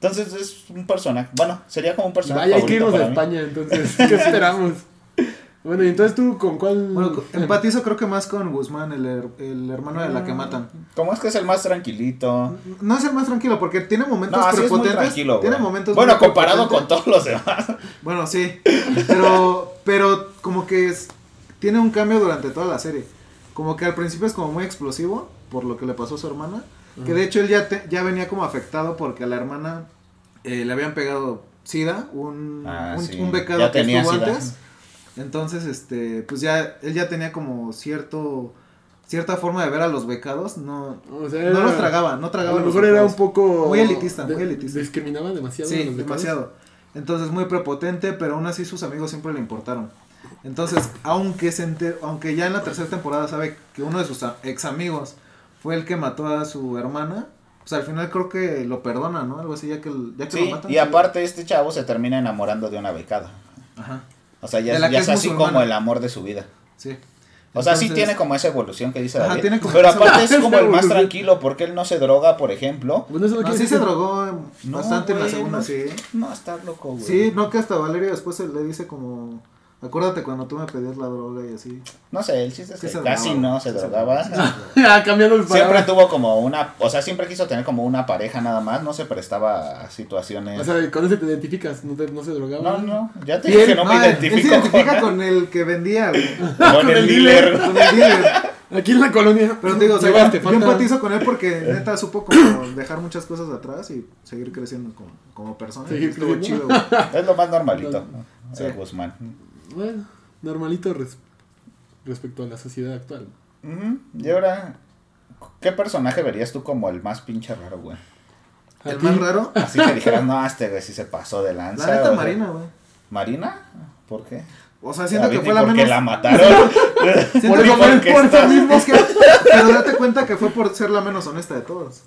Entonces es un personaje, bueno, sería como un personaje Vaya, hay que favorito irnos a para mí. España, entonces. ¿Qué esperamos? Bueno, y entonces tú, ¿con cuál. Mm. Bueno, co- empatizo creo que más con Guzmán, el, her- el hermano de la que matan. Como es que es el más tranquilito. No es el más tranquilo, porque tiene momentos No, así es muy prepotentes. tranquilo, güey. tiene momentos Bueno, muy comparado con prepotentes. todos los demás. Bueno, sí. Pero, Pero como que es- tiene un cambio durante toda la serie. Como que al principio es como muy explosivo por lo que le pasó a su hermana. Que de hecho él ya, te- ya venía como afectado porque a la hermana eh, le habían pegado SIDA, un, Ah, un, sí. un becado Ya que tenía estuvo SIDA. antes. Entonces, este, pues ya, él ya tenía como cierto, cierta forma de ver a los becados, no, O sea, no era- los tragaba, no A tragaba. lo los mejor era becados. un poco. Muy elitista, de- muy elitista. Discriminaba demasiado. a Sí, los becados. demasiado. Entonces muy prepotente, pero aún así sus amigos siempre le importaron. Entonces, aunque se enter- aunque ya en la tercera temporada sabe que uno de sus a- ex amigos fue el que mató a su hermana, pues al final creo que lo perdona, ¿no? Algo así ya que, el- ya que Sí, lo matan. y aparte este chavo se termina enamorando de una becada. Ajá. O sea, De ya, la ya que es es así musulmana. como el amor de su vida. Sí. O sea, sí Entonces- tiene como esa evolución que dice Ajá, David. tiene como pero esa aparte es evolución. como el más tranquilo porque él no se droga, por ejemplo. Bueno, eso no No, quiere sí se decir que- drogó eh, No, bastante en la güey, segunda, no. sí. No, está loco, güey. Sí, no que hasta Valeria después se le dice como acuérdate cuando tú me pedías la droga y así. No sé, el chiste es Sí que se casi drogaba. no se Sí se drogaba. Ah, cambiando el Siempre palabras. tuvo como una, o sea, siempre quiso tener como una pareja nada más, no se prestaba a situaciones. O sea, con ese te identificas, no, te, no se drogaba. no, no, ya te Y dije él- que no me Ah, él- identifico Él se identifica con, con el que vendía, güey. con el dealer. Con el dealer. Aquí en la colonia. Pero te digo, o sea, Llegaste, yo, yo falta- Eh. empatizo con él porque neta supo como dejar muchas cosas atrás y seguir creciendo como, como persona. y Seguir Estuvo creciendo. chido, güey. Es lo más normalito, Sí. eh, Guzmán. Bueno, normalito res- respecto a la sociedad actual. Ujú, Y ahora, ¿qué personaje verías tú como el más pinche raro, güey? ¿A El ti? más raro, Así que dijeras, no, este güey sí se pasó de la lanza. o neta sea, Marina, güey. ¿Marina? ¿Por qué? O sea, siento David, que ni fue la porque menos. la mataron. siento por que eso fue- fue- por eso mismo es que- pero date cuenta que fue por ser la menos honesta de todos.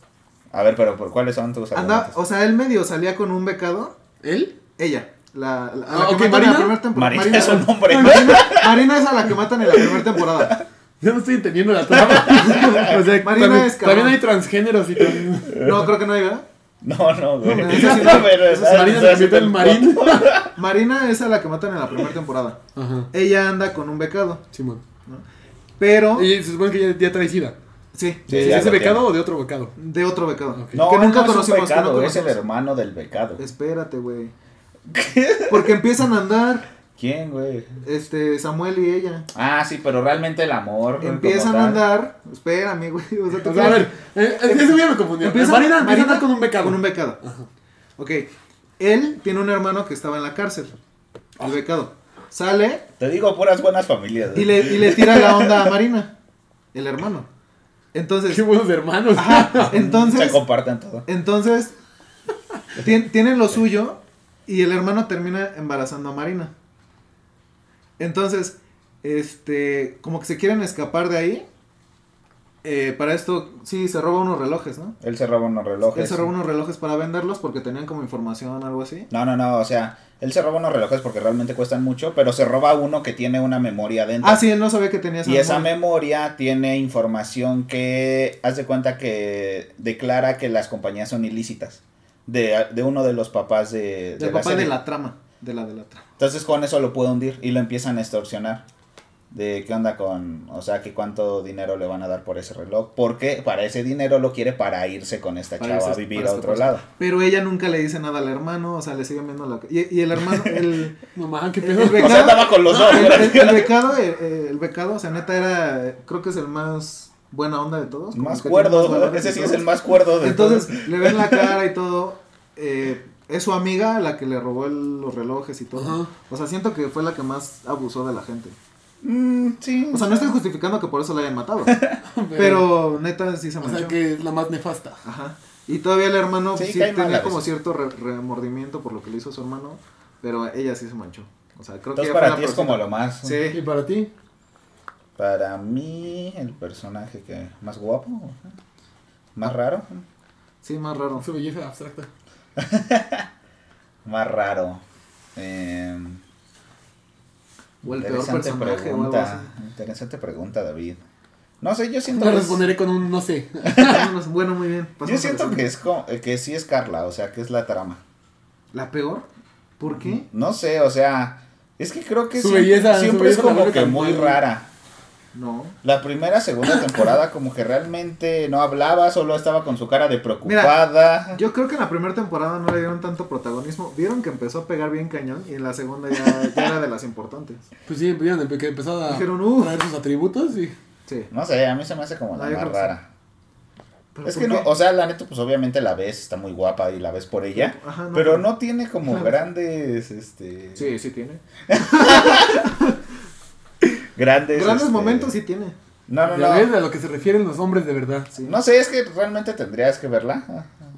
A ver, pero ¿por cuáles son tus Anda, argumentos? o sea, él medio salía con un becado, ¿Él? ella. La, la, a Ah, la que ok, matan en ¿Marina? la primera temporada. Marina, es un nombre. Marina, Marina es a la que matan en la primera temporada. Yo no estoy entendiendo la trama. o sea, Marina también, es cabrón. también hay transgéneros y tan... No, creo que no hay, ¿verdad? No, no, güey. No, eso sí, No, pero Entonces, esa- Marina esa se sí convirtió te- en Marín. Marina es a la que matan en la primera temporada. Ajá, Ella anda con un becado. Simón. Pero, Y se supone que ya, ya trae sida. sí, Sí, ¿Es ya ese lo becado tiene. o de otro becado? de otro becado. Ok. No, que nunca no es un conocimos, que no becado, es el conocimos. hermano del becado. Espérate, güey. Porque empiezan a andar ¿Quién, güey? este Samuel y ella. Ah, sí, pero realmente el amor. güey, Empiezan como a tal. andar. Espérame, güey. O sea, tú O sea, a crees- ver, eh, eh, ese güey me confundió. Empieza- Marina empieza Marina a andar con un becado. Con un becado. Ok. Él tiene un hermano que estaba en la cárcel. El becado. Sale Te digo puras buenas familias. güey. y le, y le tira la onda a Marina. El hermano. Qué Entonces. buenos hermanos. Ajá. Se Entonces. comparten todo. Entonces, tien- tienen lo suyo y el hermano termina embarazando a Marina. Entonces, este, como que se quieren escapar de ahí. Eh, para esto, sí, se roba unos relojes, ¿no? Él se roba unos relojes. Él se roba unos relojes para venderlos porque tenían como información o algo así. No, no, no, o sea, él se roba unos relojes porque realmente cuestan mucho, pero se roba uno que tiene una memoria dentro. Ah, sí, él no sabía que tenía esa Y esa memoria. memoria tiene información que haz de cuenta que declara que las compañías son ilícitas de, de uno de los papás de, de Del la papá serie. de la trama. De la de la trama. Entonces con eso lo puede hundir y lo empiezan a extorsionar. De qué onda con, o sea, que cuánto dinero le van a dar por ese reloj. Porque para ese dinero lo quiere para irse con esta Para chava irse- a vivir para este a otro escaparse. lado. Pero ella nunca le dice nada al hermano, o sea, le sigue viendo la... Y, y el hermano, el, No mames, qué el pedo. O sea, becado- andaba con los dos. el, ¿verdad? el- el becado, eh, eh, el becado, o sea, neta era, eh, creo que es el más buena onda de todos. como Más que tiene cuerdo, valores ese de sí es todos. el más cuerdo de todos. Entonces, le ven la cara y todo. eh, es su amiga la que le robó el- los relojes y todo. Ajá. O sea, siento que fue la que más abusó de la gente. Mm, sí. O sea, no estoy justificando que por eso la hayan matado. pero neta, sí se O manchó. sea, que es la más nefasta. Ajá. Y todavía el hermano Sí, sí, cae mal tenía a como veces. cierto re- remordimiento por lo que le hizo a su hermano. Pero ella sí se manchó. O sea, creo que Entonces ella para fue ti la es como próxima. lo más. Sí. ¿Y para ti? Para mí el personaje que más guapo, más raro, Sí, más raro. Su belleza abstracta. más raro. Eh, O el peor interesante personaje o algo pregunta, así. interesante pregunta David. No sé, yo siento La que es- responderé con un no sé. Vámonos, Ah, bueno, muy bien. yo pasamos siento al que examen. es co- eh, que sí es Carla, o sea, que es la trama. ¿La peor? ¿Por qué? No sé, o sea, es que creo que Su siempre, belleza, su siempre belleza es la como vuelve que tan muy buena. rara. No. La primera, segunda temporada como que realmente no hablaba, solo estaba con su cara de preocupada. Yo creo que en la primera temporada no le dieron tanto protagonismo. Vieron que empezó a pegar bien cañón y en la segunda ya, ya era de las importantes. Pues sí, vieron que empezó a Dijeron, "Uh". traer sus atributos y. Sí. No sé, a mí se me hace como la No, yo más creo que rara. Pero Es ¿por que no, qué? o sea, la neta, pues obviamente la ves, está muy guapa y la ves por ella. Ajá, no, pero pero- no tiene como Ajá. grandes, este. Sí, sí tiene. Grandes. Grandes este, momentos sí tiene. No, no, ya ves no. a lo que se refieren los hombres de verdad. Sí. No sé, es que realmente tendrías que verla.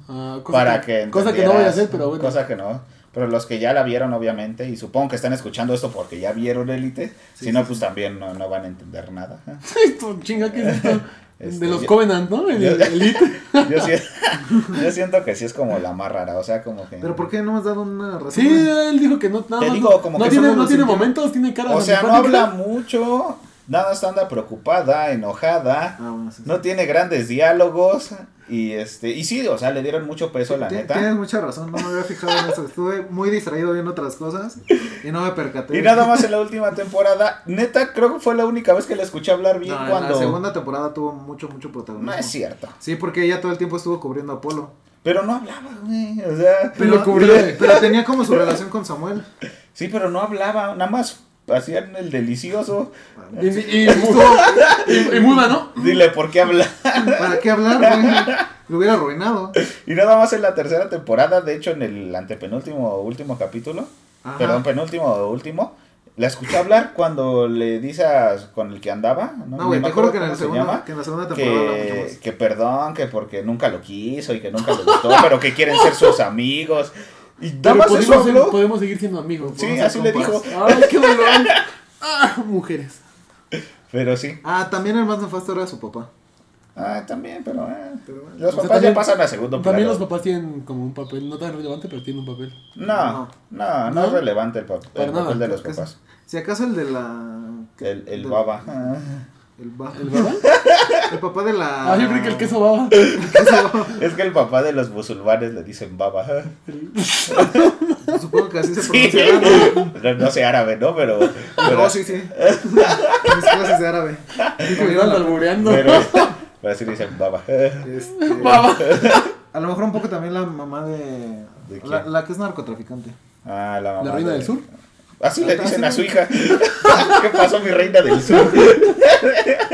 Ah, cosa Para que, que. cosa que entendieras, no voy a hacer, pero bueno. Cosa que no. Pero los que ya la vieron, obviamente, y supongo que están escuchando esto porque ya vieron Élite. Sí, si no, sí, pues también no, no van a entender nada. ah. Esto, chinga, ¿qué es esto? Este, de los yo- Covenant, ¿no? El, yo- el Elite. Yo, sí- yo siento que sí es como la más rara. O sea, como que. Pero ¿por qué no me has dado una razón? Sí, él dijo que no, nada Te más digo, no- como no que tiene, solo no nos tiene sintió- momentos, tiene cara O de sea, no antipática. habla mucho, nada más anda preocupada, enojada, Ah, bueno, sí, sí. no tiene grandes diálogos y este y sí, o sea, le dieron mucho peso la Ti- neta. Tienes mucha razón, no me había fijado en eso. Estuve muy distraído viendo otras cosas y no me percaté. Y nada más en la última temporada, neta creo que fue la única vez que la escuché hablar bien No, en cuando La segunda temporada tuvo mucho, mucho protagonismo. no es cierto, Sí, porque ella todo el tiempo estuvo cubriendo a Apolo. pero no hablaba, güey, o sea, Lo cubrió. pero- pero tenía como su relación con Samuel. sí, pero no hablaba, nada más hacían el delicioso. Y, y, y, y, y muda, ¿no? Dile por qué habla. ¿Para qué hablar, güey? Lo hubiera arruinado. Y nada más en la tercera temporada, de hecho en el antepenúltimo último capítulo, Ajá. Perdón, penúltimo o último. La escuché hablar cuando le dice a- con el que andaba. No, No, güey, Ni me te juro acuerdo que en, cómo la se segunda, llama, que en la segunda temporada hablaba mucho Que, más. que perdón, que porque nunca lo quiso y que nunca le gustó, pero que quieren ser sus amigos. Y nada Pero más eso podemos, ser- habló. podemos seguir siendo amigos. Sí, vamos a así le dijo. compas. Ay, qué dolor. Ah, mujeres. Pero sí. Ah, también el más nefasto era su papá. Ah, también, pero. eh, Pero bueno. Los O sea, papás también- ya pasan a segundo plano. También los papás tienen como un papel, no tan relevante, pero tienen un papel. No, no, no, ¿No? es relevante el, pap- el Para nada, papel de los Creo que papás. sí. Si acaso el de la. El, el del- baba. El baba. ¿El baba? El papá de la. Ah, yo creí que el queso baba. Es que el papá de los musulmanes le dicen baba. Supongo que así se Sí. pronunciará. ¿no? No, no sé árabe, ¿no? Pero. pero- No, sí, sí. Mis clases de árabe. Que me iban albureando. Pero, pero así dicen baba. Este, Baba. A lo mejor un poco también la mamá de. ¿De quién? la, la que es narcotraficante. Ah, la mamá. La reina de- del sur. Ah, Así le dicen a su Así hija. ¿Qué pasó, mi reina del sur?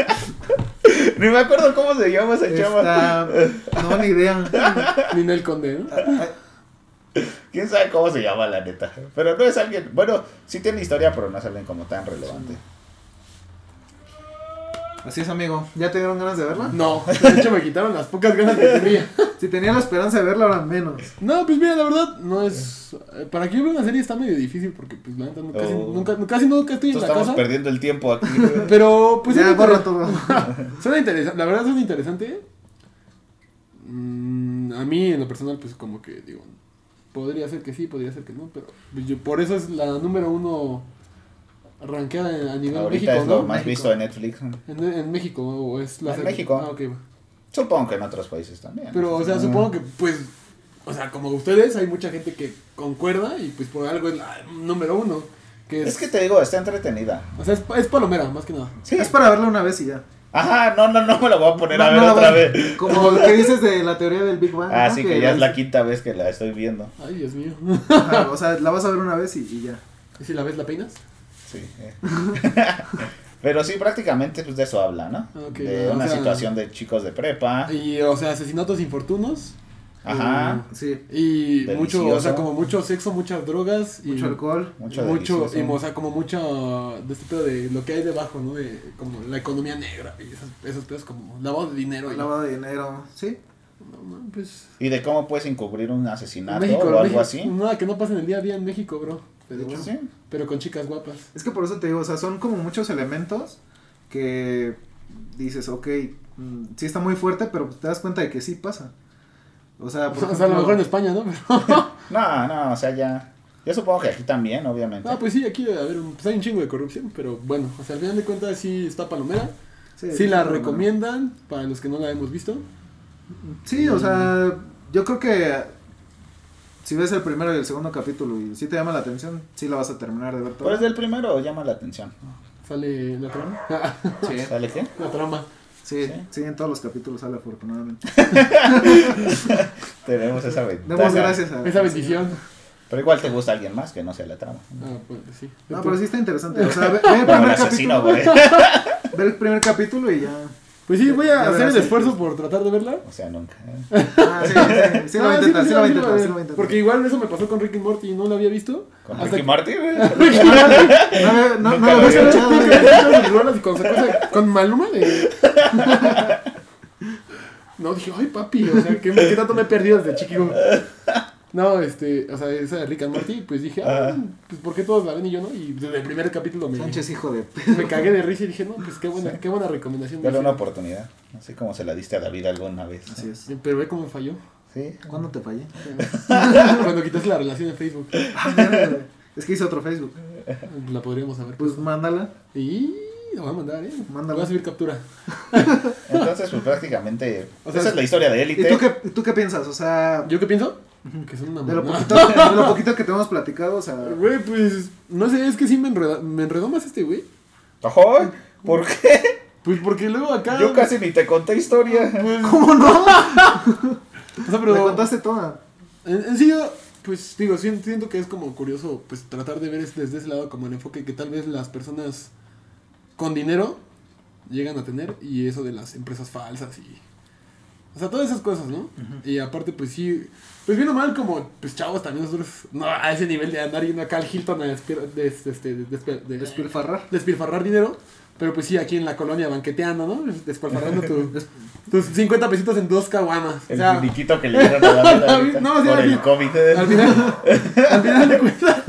Ni me acuerdo cómo se llama esa chava. Esta- No, ni idea. Ninel Conde, ¿no? Quién sabe cómo se llama, la neta. Pero no es alguien. Bueno, sí tiene historia, pero no es alguien como tan relevante. Así es, amigo. ¿Ya te dieron ganas de verla? No, de hecho me quitaron las pocas ganas que tenía. Si tenía la esperanza de verla, ahora menos. No, pues mira, la verdad, no es. eh, Para que yo vea una serie está medio difícil porque, pues, la neta, no- casi, Oh. nunca, casi nunca estoy en Entonces la estamos casa. perdiendo el tiempo aquí. Pero, pues. ya, es borra interes- todo. Suena interesante, la verdad suena interesante. Mm, a mí en lo personal, pues como que digo, podría ser que sí, podría ser que no, pero pues, yo- por eso es la número uno rankeada a nivel Ahorita México, es lo ¿no? más México. visto en Netflix. En, en México, o es la En segunda. México. Ah, ok, va. Supongo que en otros países también. Pero, o sea, supongo ah. que, pues, o sea, como ustedes, hay mucha gente que concuerda y, pues, por algo es la número uno. Que es, Es que te digo, está entretenida. O sea, es, es palomera, más que nada. Sí. Es para verla una vez y ya. Ajá, no, no, no me la voy a poner a No, ver no la otra voy- vez. Como lo que dices de la teoría del Big Bang. Ah, ¿no? sí, que ya es la dices- quinta vez que la estoy viendo. Ay, Dios mío. Ajá, O sea, la vas a ver una vez y, y ya. ¿Y si la ves, la peinas? Sí. eh. Pero sí, prácticamente pues de eso habla, ¿no? Ok, de o una sea- situación de chicos de prepa. Y, o sea, asesinatos infortunos. Ajá. Sí. Y Delicioso. mucho, o sea, como mucho sexo, muchas drogas. Y Mucho alcohol. Mucho, eh, Mucho, delicioso. y, o sea, como mucho de este pedo de lo que hay debajo, ¿no? De como la economía negra y esos, esos pedos como lavado de dinero. Y, Lavado de dinero. Sí. No, no, pues, Y de cómo puedes encubrir un asesinato México, o algo México- así. Nada que no pase en el día a día en México, bro. Pero, Pues bueno, sí. pero con chicas guapas. Es que por eso te digo, o sea, son como muchos elementos que dices, ok, mm, sí está muy fuerte, pero te das cuenta de que sí pasa. O sea, Ah, por O sea, a lo mejor en ejemplo, España, ¿no? Pero- No, no, o sea, ya. Yo supongo que aquí también, obviamente. no, pues sí, aquí debe haber un, pues hay un chingo de corrupción, pero bueno, o sea, al final de cuentas sí está Palomera. Sí la bueno. recomiendan para los que no la hemos visto. Sí, o sea, yo creo que si ves el primero y el segundo capítulo y si te llama la atención, sí la vas a terminar de ver todo. Pero desde el primero llama la atención. O sale la trama. Sí, ¿Sale qué? la trama. sí, sí, en todos los capítulos sale afortunadamente. Tenemos esa ventaja. Demos gracias a... Esa bendición. Pero igual te gusta alguien más que no sea la trama. Ah, pues sí. No, Tú- pero sí está interesante. O sea, ve, ve el Como el primer asesino, capítulo, güey. ve el primer capítulo y ya. Pues sí, voy a Ya hacer verás el el- esfuerzo por tratar de verla. O sea, nunca. Ah, sí, sí, sí, lo voy a Ah, intentar, sí lo voy sí la voy a a intentar, sí lo voy a ver. intentar. Porque igual eso me pasó con Rick y Morty y no la había visto. Con Hasta Ricky que- Martin, güey. No, no, no, Nunca lo lo había vi. escuchado. Creo que era una de mis rolas y con, sacó esa- con Maluma de... No, dije, ay papi, o sea, ¿qué, qué tanto me he perdido desde chiquito? No, este, o sea, esa de Rick and Morty, pues dije, ah, Ajá. pues ¿por qué todos la ven y yo no? Y desde el primer capítulo me, Sánchez, hijo de... p- me cagué de risa y dije, no, pues qué buena, qué buena recomendación. Dale dice. una oportunidad. Así como se la diste a David alguna vez. Así es. Pero ve cómo me falló. Sí. ¿Cuándo te fallé? Cuando quitas la relación en Facebook, Ah, mira, güey. Es que hice otro Facebook. la podríamos haber Pues puesto. mándala. Y la voy a mandar, ¿eh? Mándala. Voy a subir captura. Entonces, pues prácticamente. O sea, esa es la historia de ¿Y Élite. tú qué, tú qué piensas? O sea, ¿Yo qué pienso? Que son una de lo, mamada. poquito, de lo poquito que tenemos platicado, o sea... Güey, pues, no sé, es que sí me enredó, me enredó más este güey. Ajá, ¿Por qué? Pues porque luego acá... Yo casi ni te conté historia. Pues, ¿Cómo no? o sea, Me pero... contaste toda. En, en sí yo, pues, digo, sí siento que es como curioso, pues, tratar de ver es- desde ese lado como el enfoque que tal vez las personas con dinero llegan a tener y eso de las empresas falsas y... O sea, todas esas cosas, ¿no? Y aparte, pues sí, pues bien o mal, como, pues chavos, también nosotros, no, a ese nivel de andar yendo acá al Hilton a despier- des- este, despe- de- Despilfarrar. despilfarrar dinero. Pero pues sí, aquí en la colonia banqueteando, ¿no? Despilfarrando tu- tus 50 pesitos en dos caguamas. O El sea, finiquito que le dieron a David ahorita No, sí, por al el fin- COVID. al final, al final de cuentas.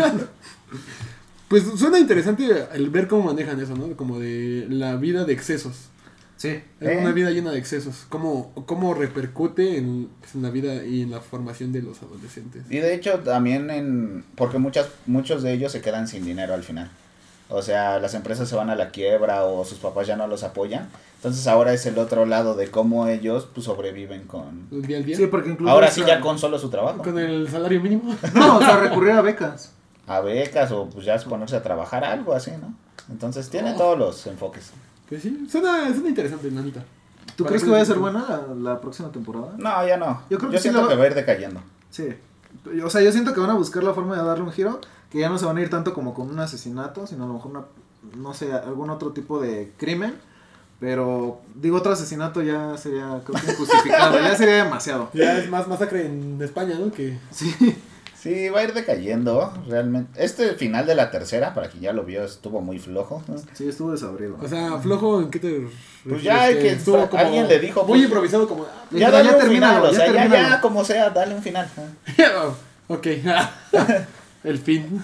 Pues suena interesante el ver cómo manejan eso, ¿no? Como de la vida de excesos. Sí. Es Eh. una vida llena de excesos. ¿Cómo, cómo repercute en, pues, en la vida y en la formación de los adolescentes? Y de hecho también en... Porque muchas, muchos de ellos se quedan sin dinero al final. O sea, las empresas se van a la quiebra o sus papás ya no los apoyan. Entonces ahora es el otro lado de cómo ellos pues, sobreviven con... El día al día. Sí, porque incluso... Ahora o sí sea, ya con solo su trabajo. Con el salario mínimo. No, o sea, recurrir a becas. A becas o pues ya es ponerse a trabajar algo así, ¿no? Entonces tiene todos los enfoques. Pues sí, suena, suena interesante, la neta. ¿Tú Para crees que- que vaya a ser buena la, la próxima temporada? No, ya no. Yo, Yo creo que sí siento la- que va a ir decayendo. Sí. O sea, yo siento que van a buscar la forma de darle un giro, que ya no se van a ir tanto como con un asesinato, sino a lo mejor una, no sé, algún otro tipo de crimen. Pero digo, otro asesinato ya sería, creo que injustificado, ya sería demasiado. Ya es más masacre en España, ¿no? Que Sí. Sí, va a ir decayendo, realmente. Este final de la tercera, para quien ya lo vio, estuvo muy flojo. Sí, estuvo desabrido. O sea, flojo en qué te. refieres? Pues ya hay que- estuvo como. alguien le dijo, Muy pues- improvisado, como. ah, Ya Ya, dale ya un termínalo, final, o ya sea, ya, termínalo. ya, como sea, dale un final. ok. El fin.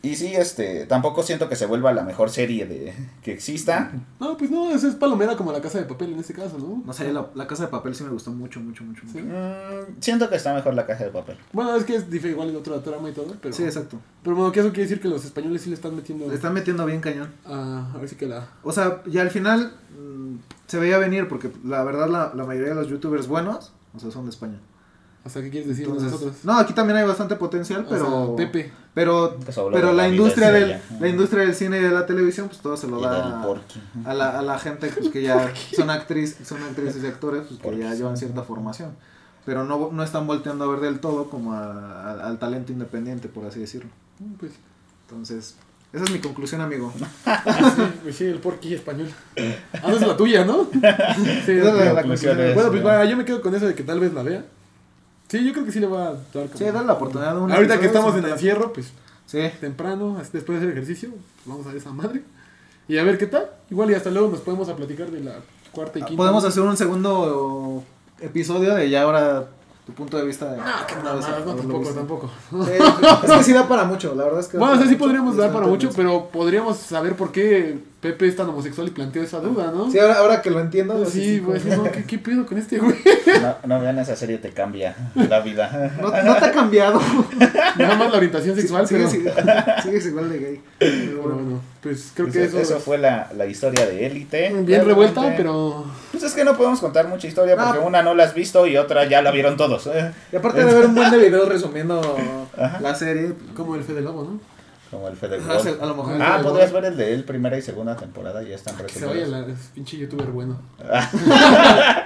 Y sí, este, tampoco siento que se vuelva la mejor serie de que exista. No, pues no, eso es palomera como la casa de papel en este caso, ¿no? No sé, la, la casa de papel sí me gustó mucho, mucho, mucho. mucho. Sí. Mm, siento que está mejor la caja de papel. Bueno, es que es dif- igual en otra trama y todo, pero. Sí, exacto. Pero bueno, que eso quiere decir que los españoles sí le están metiendo. Le están metiendo bien cañón. Ah, a ver si que la. O sea, y al final mm, se veía venir porque la verdad la, la mayoría de los youtubers buenos, o sea, son de España. O sea, ¿qué quieres decir Entonces, nosotros? no, aquí también hay bastante potencial, O pero sea, Pepe. pero Nunca se habló pero de la David industria Estrella. del la industria del cine y de la televisión pues todo se lo Y da del Porky. a la, a la gente pues, que ya son actriz, son actrices y actores pues, que Porque ya son- llevan cierta formación, pero no, no están volteando a ver del todo como a- a- al talento independiente, por así decirlo. Mm, Pues, Entonces, esa es mi conclusión, amigo. sí, pues sí, el porqui español. Ah, no es la tuya, ¿no? sí, Esa es la- Conclusiones. la conclusión. Bueno, pues ¿no? va, yo me quedo con eso de que tal vez la vea. Sí, yo creo que sí le va a dar como... Sí, dale la oportunidad. a un Ahorita que episodio, estamos en sí. el encierro, pues Sí. temprano, así después de hacer ejercicio, pues, vamos a ver esa madre. Y a ver qué tal. Igual y hasta luego nos podemos a platicar de la cuarta y quinta. Ah, Podemos hacer un segundo episodio de ya ahora tu punto de vista. De, No, que una vez mamadas, no, haberlo tampoco, visto. tampoco. Sí, es que sí da para mucho, la verdad es que. da Bueno, o sea, para sí mucho. podríamos Ya dar está para mucho, entendido. pero podríamos saber por qué Pepe es tan homosexual y planteó esa duda, ¿no? Sí, ahora, ahora que lo entiendo. pues, Sí, güey, como- no, ¿qué, ¿qué pedo con este güey? No, no vean esa serie, te cambia la vida. No, no te ha cambiado. Nada más la orientación sexual, sigues, pero... ig- sigues igual de gay. Pero pero bueno, bueno, pues creo Pues que eso, eso, fue la, la historia de Élite. bien revuelta, Realmente, pero... Pues es que no podemos contar mucha historia No. porque una no la has visto y otra ya la vieron todos. eh. Y aparte de ver un buen de videos resumiendo la serie, pues, Como el Fede Lobo, ¿no? Como el Fede Ajá, se- a lo mejor. Ah, podrías ver el de él, primera y segunda temporada, ya están Ah, Que se vaya resueltos. la es pinche youtuber bueno.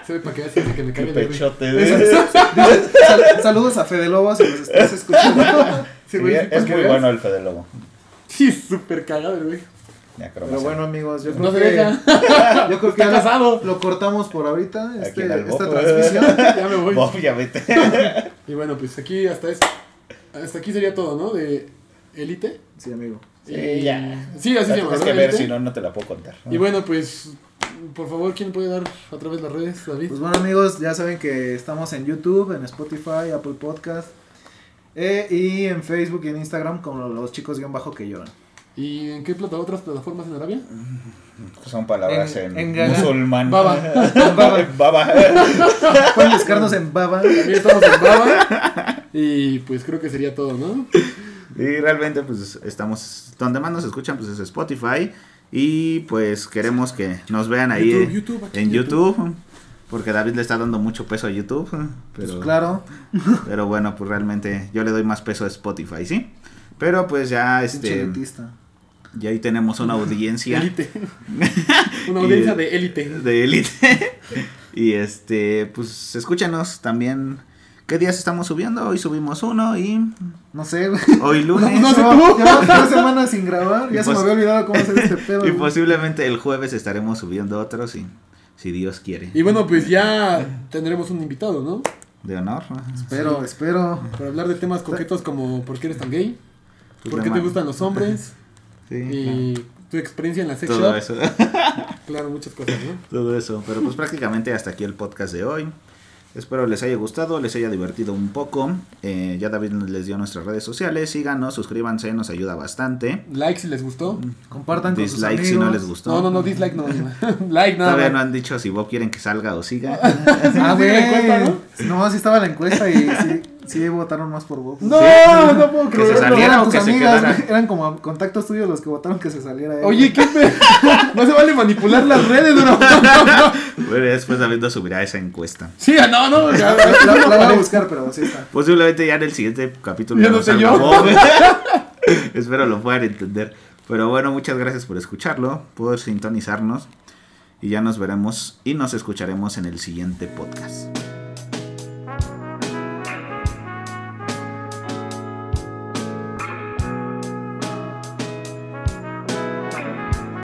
se ve para que veas que me Qué caiga de risa. pechote. güey. Dices, sal- saludos a Fede Lobo si nos estás escuchando. Sí, Se ve así para es que muy veas. bueno el Fede Lobo. Sí, es súper cagado, el güey. Ya creo Pero más. bueno, amigos, yo creo No se que. deja. Yo creo que Está ya lo- casado. lo cortamos por ahorita, este- en el eh. esta boco. transmisión. ya me voy. Bob, ya vete. Y bueno, pues aquí hasta es. Hasta aquí sería todo, ¿no? De Elite. Sí, amigo. Sí, ya. Sí, así se llama. Tienes ¿no? que ver, Elite. si no, no te la puedo contar. Y bueno, pues. Por favor, ¿quién puede dar a través de las redes, David? Pues bueno, amigos, ya saben que estamos en YouTube, en Spotify, Apple Podcast. eh, y en Facebook y en Instagram con los chicos guión bajo que lloran. ¿Y en qué plata, otras plataformas en Arabia? Son palabras En- en, en Ghana. musulmán. Baba. Baba. Baba. Pueden buscarnos en Baba. pues También estamos en Baba. Y pues creo que sería todo, ¿no? Y realmente, pues estamos. Donde más nos escuchan, pues es Spotify. Y pues queremos que nos vean ahí YouTube, eh, YouTube, aquí en YouTube. Porque David le está dando mucho peso a YouTube. Pero, Pues claro. pero bueno, pues realmente yo le doy más peso a Spotify, ¿sí? Pero pues ya, Pinche este, elitista. ya ahí tenemos una audiencia. Elite. Una audiencia Y- de élite. de élite. y este, pues escúchanos también. ¿Qué días estamos subiendo? Hoy subimos uno y No sé, güey. hoy lunes. No sé Llevamos- tú. Llevamos tres semanas sin grabar. Y Ya se me pos- había olvidado cómo hacer este pedo. y güey. posiblemente el jueves estaremos subiendo otros si, si Dios quiere. Y bueno, pues ya tendremos un invitado, ¿no? De honor. espero, espero. Para hablar de temas coquetos como por qué eres tan gay, Pues la por qué te mano. gustan los hombres Sí, y tu experiencia en la sex claro. shop. Todo eso. Claro, muchas cosas, ¿no? Todo eso. Pero pues prácticamente hasta aquí el podcast de hoy. Espero les haya gustado, les haya divertido un poco. Eh, ya David les dio nuestras redes sociales. Síganos, suscríbanse, nos ayuda bastante. Like si les gustó. Mm, Compartan con sus Dislike amigos. si no les gustó. No, no, no, dislike no. like nada. Todavía no más. han dicho si vos quieren que salga o siga. Ah, Sí, la güey. encuesta, ¿no? No, sí estaba la encuesta y sí, sí votaron más por vos. No, no puedo Que se creerlo. saliera. Eran o tus que se amigas, quedara. güey. eran como contactos tuyos los que votaron que se saliera. eh. él, Oye, güey. qué pe... No se vale manipular las redes, bro. Bueno, después David nos subirá esa encuesta. Sí, ah, no, no. ya, ya la, la voy a parece. buscar, pero sí está. Posiblemente ya en el siguiente capítulo. Ya no nos sé salga yo. Bob. Espero lo puedan entender. Pero bueno, muchas gracias por escucharlo, por sintonizarnos. Y ya nos veremos y nos escucharemos en el siguiente podcast.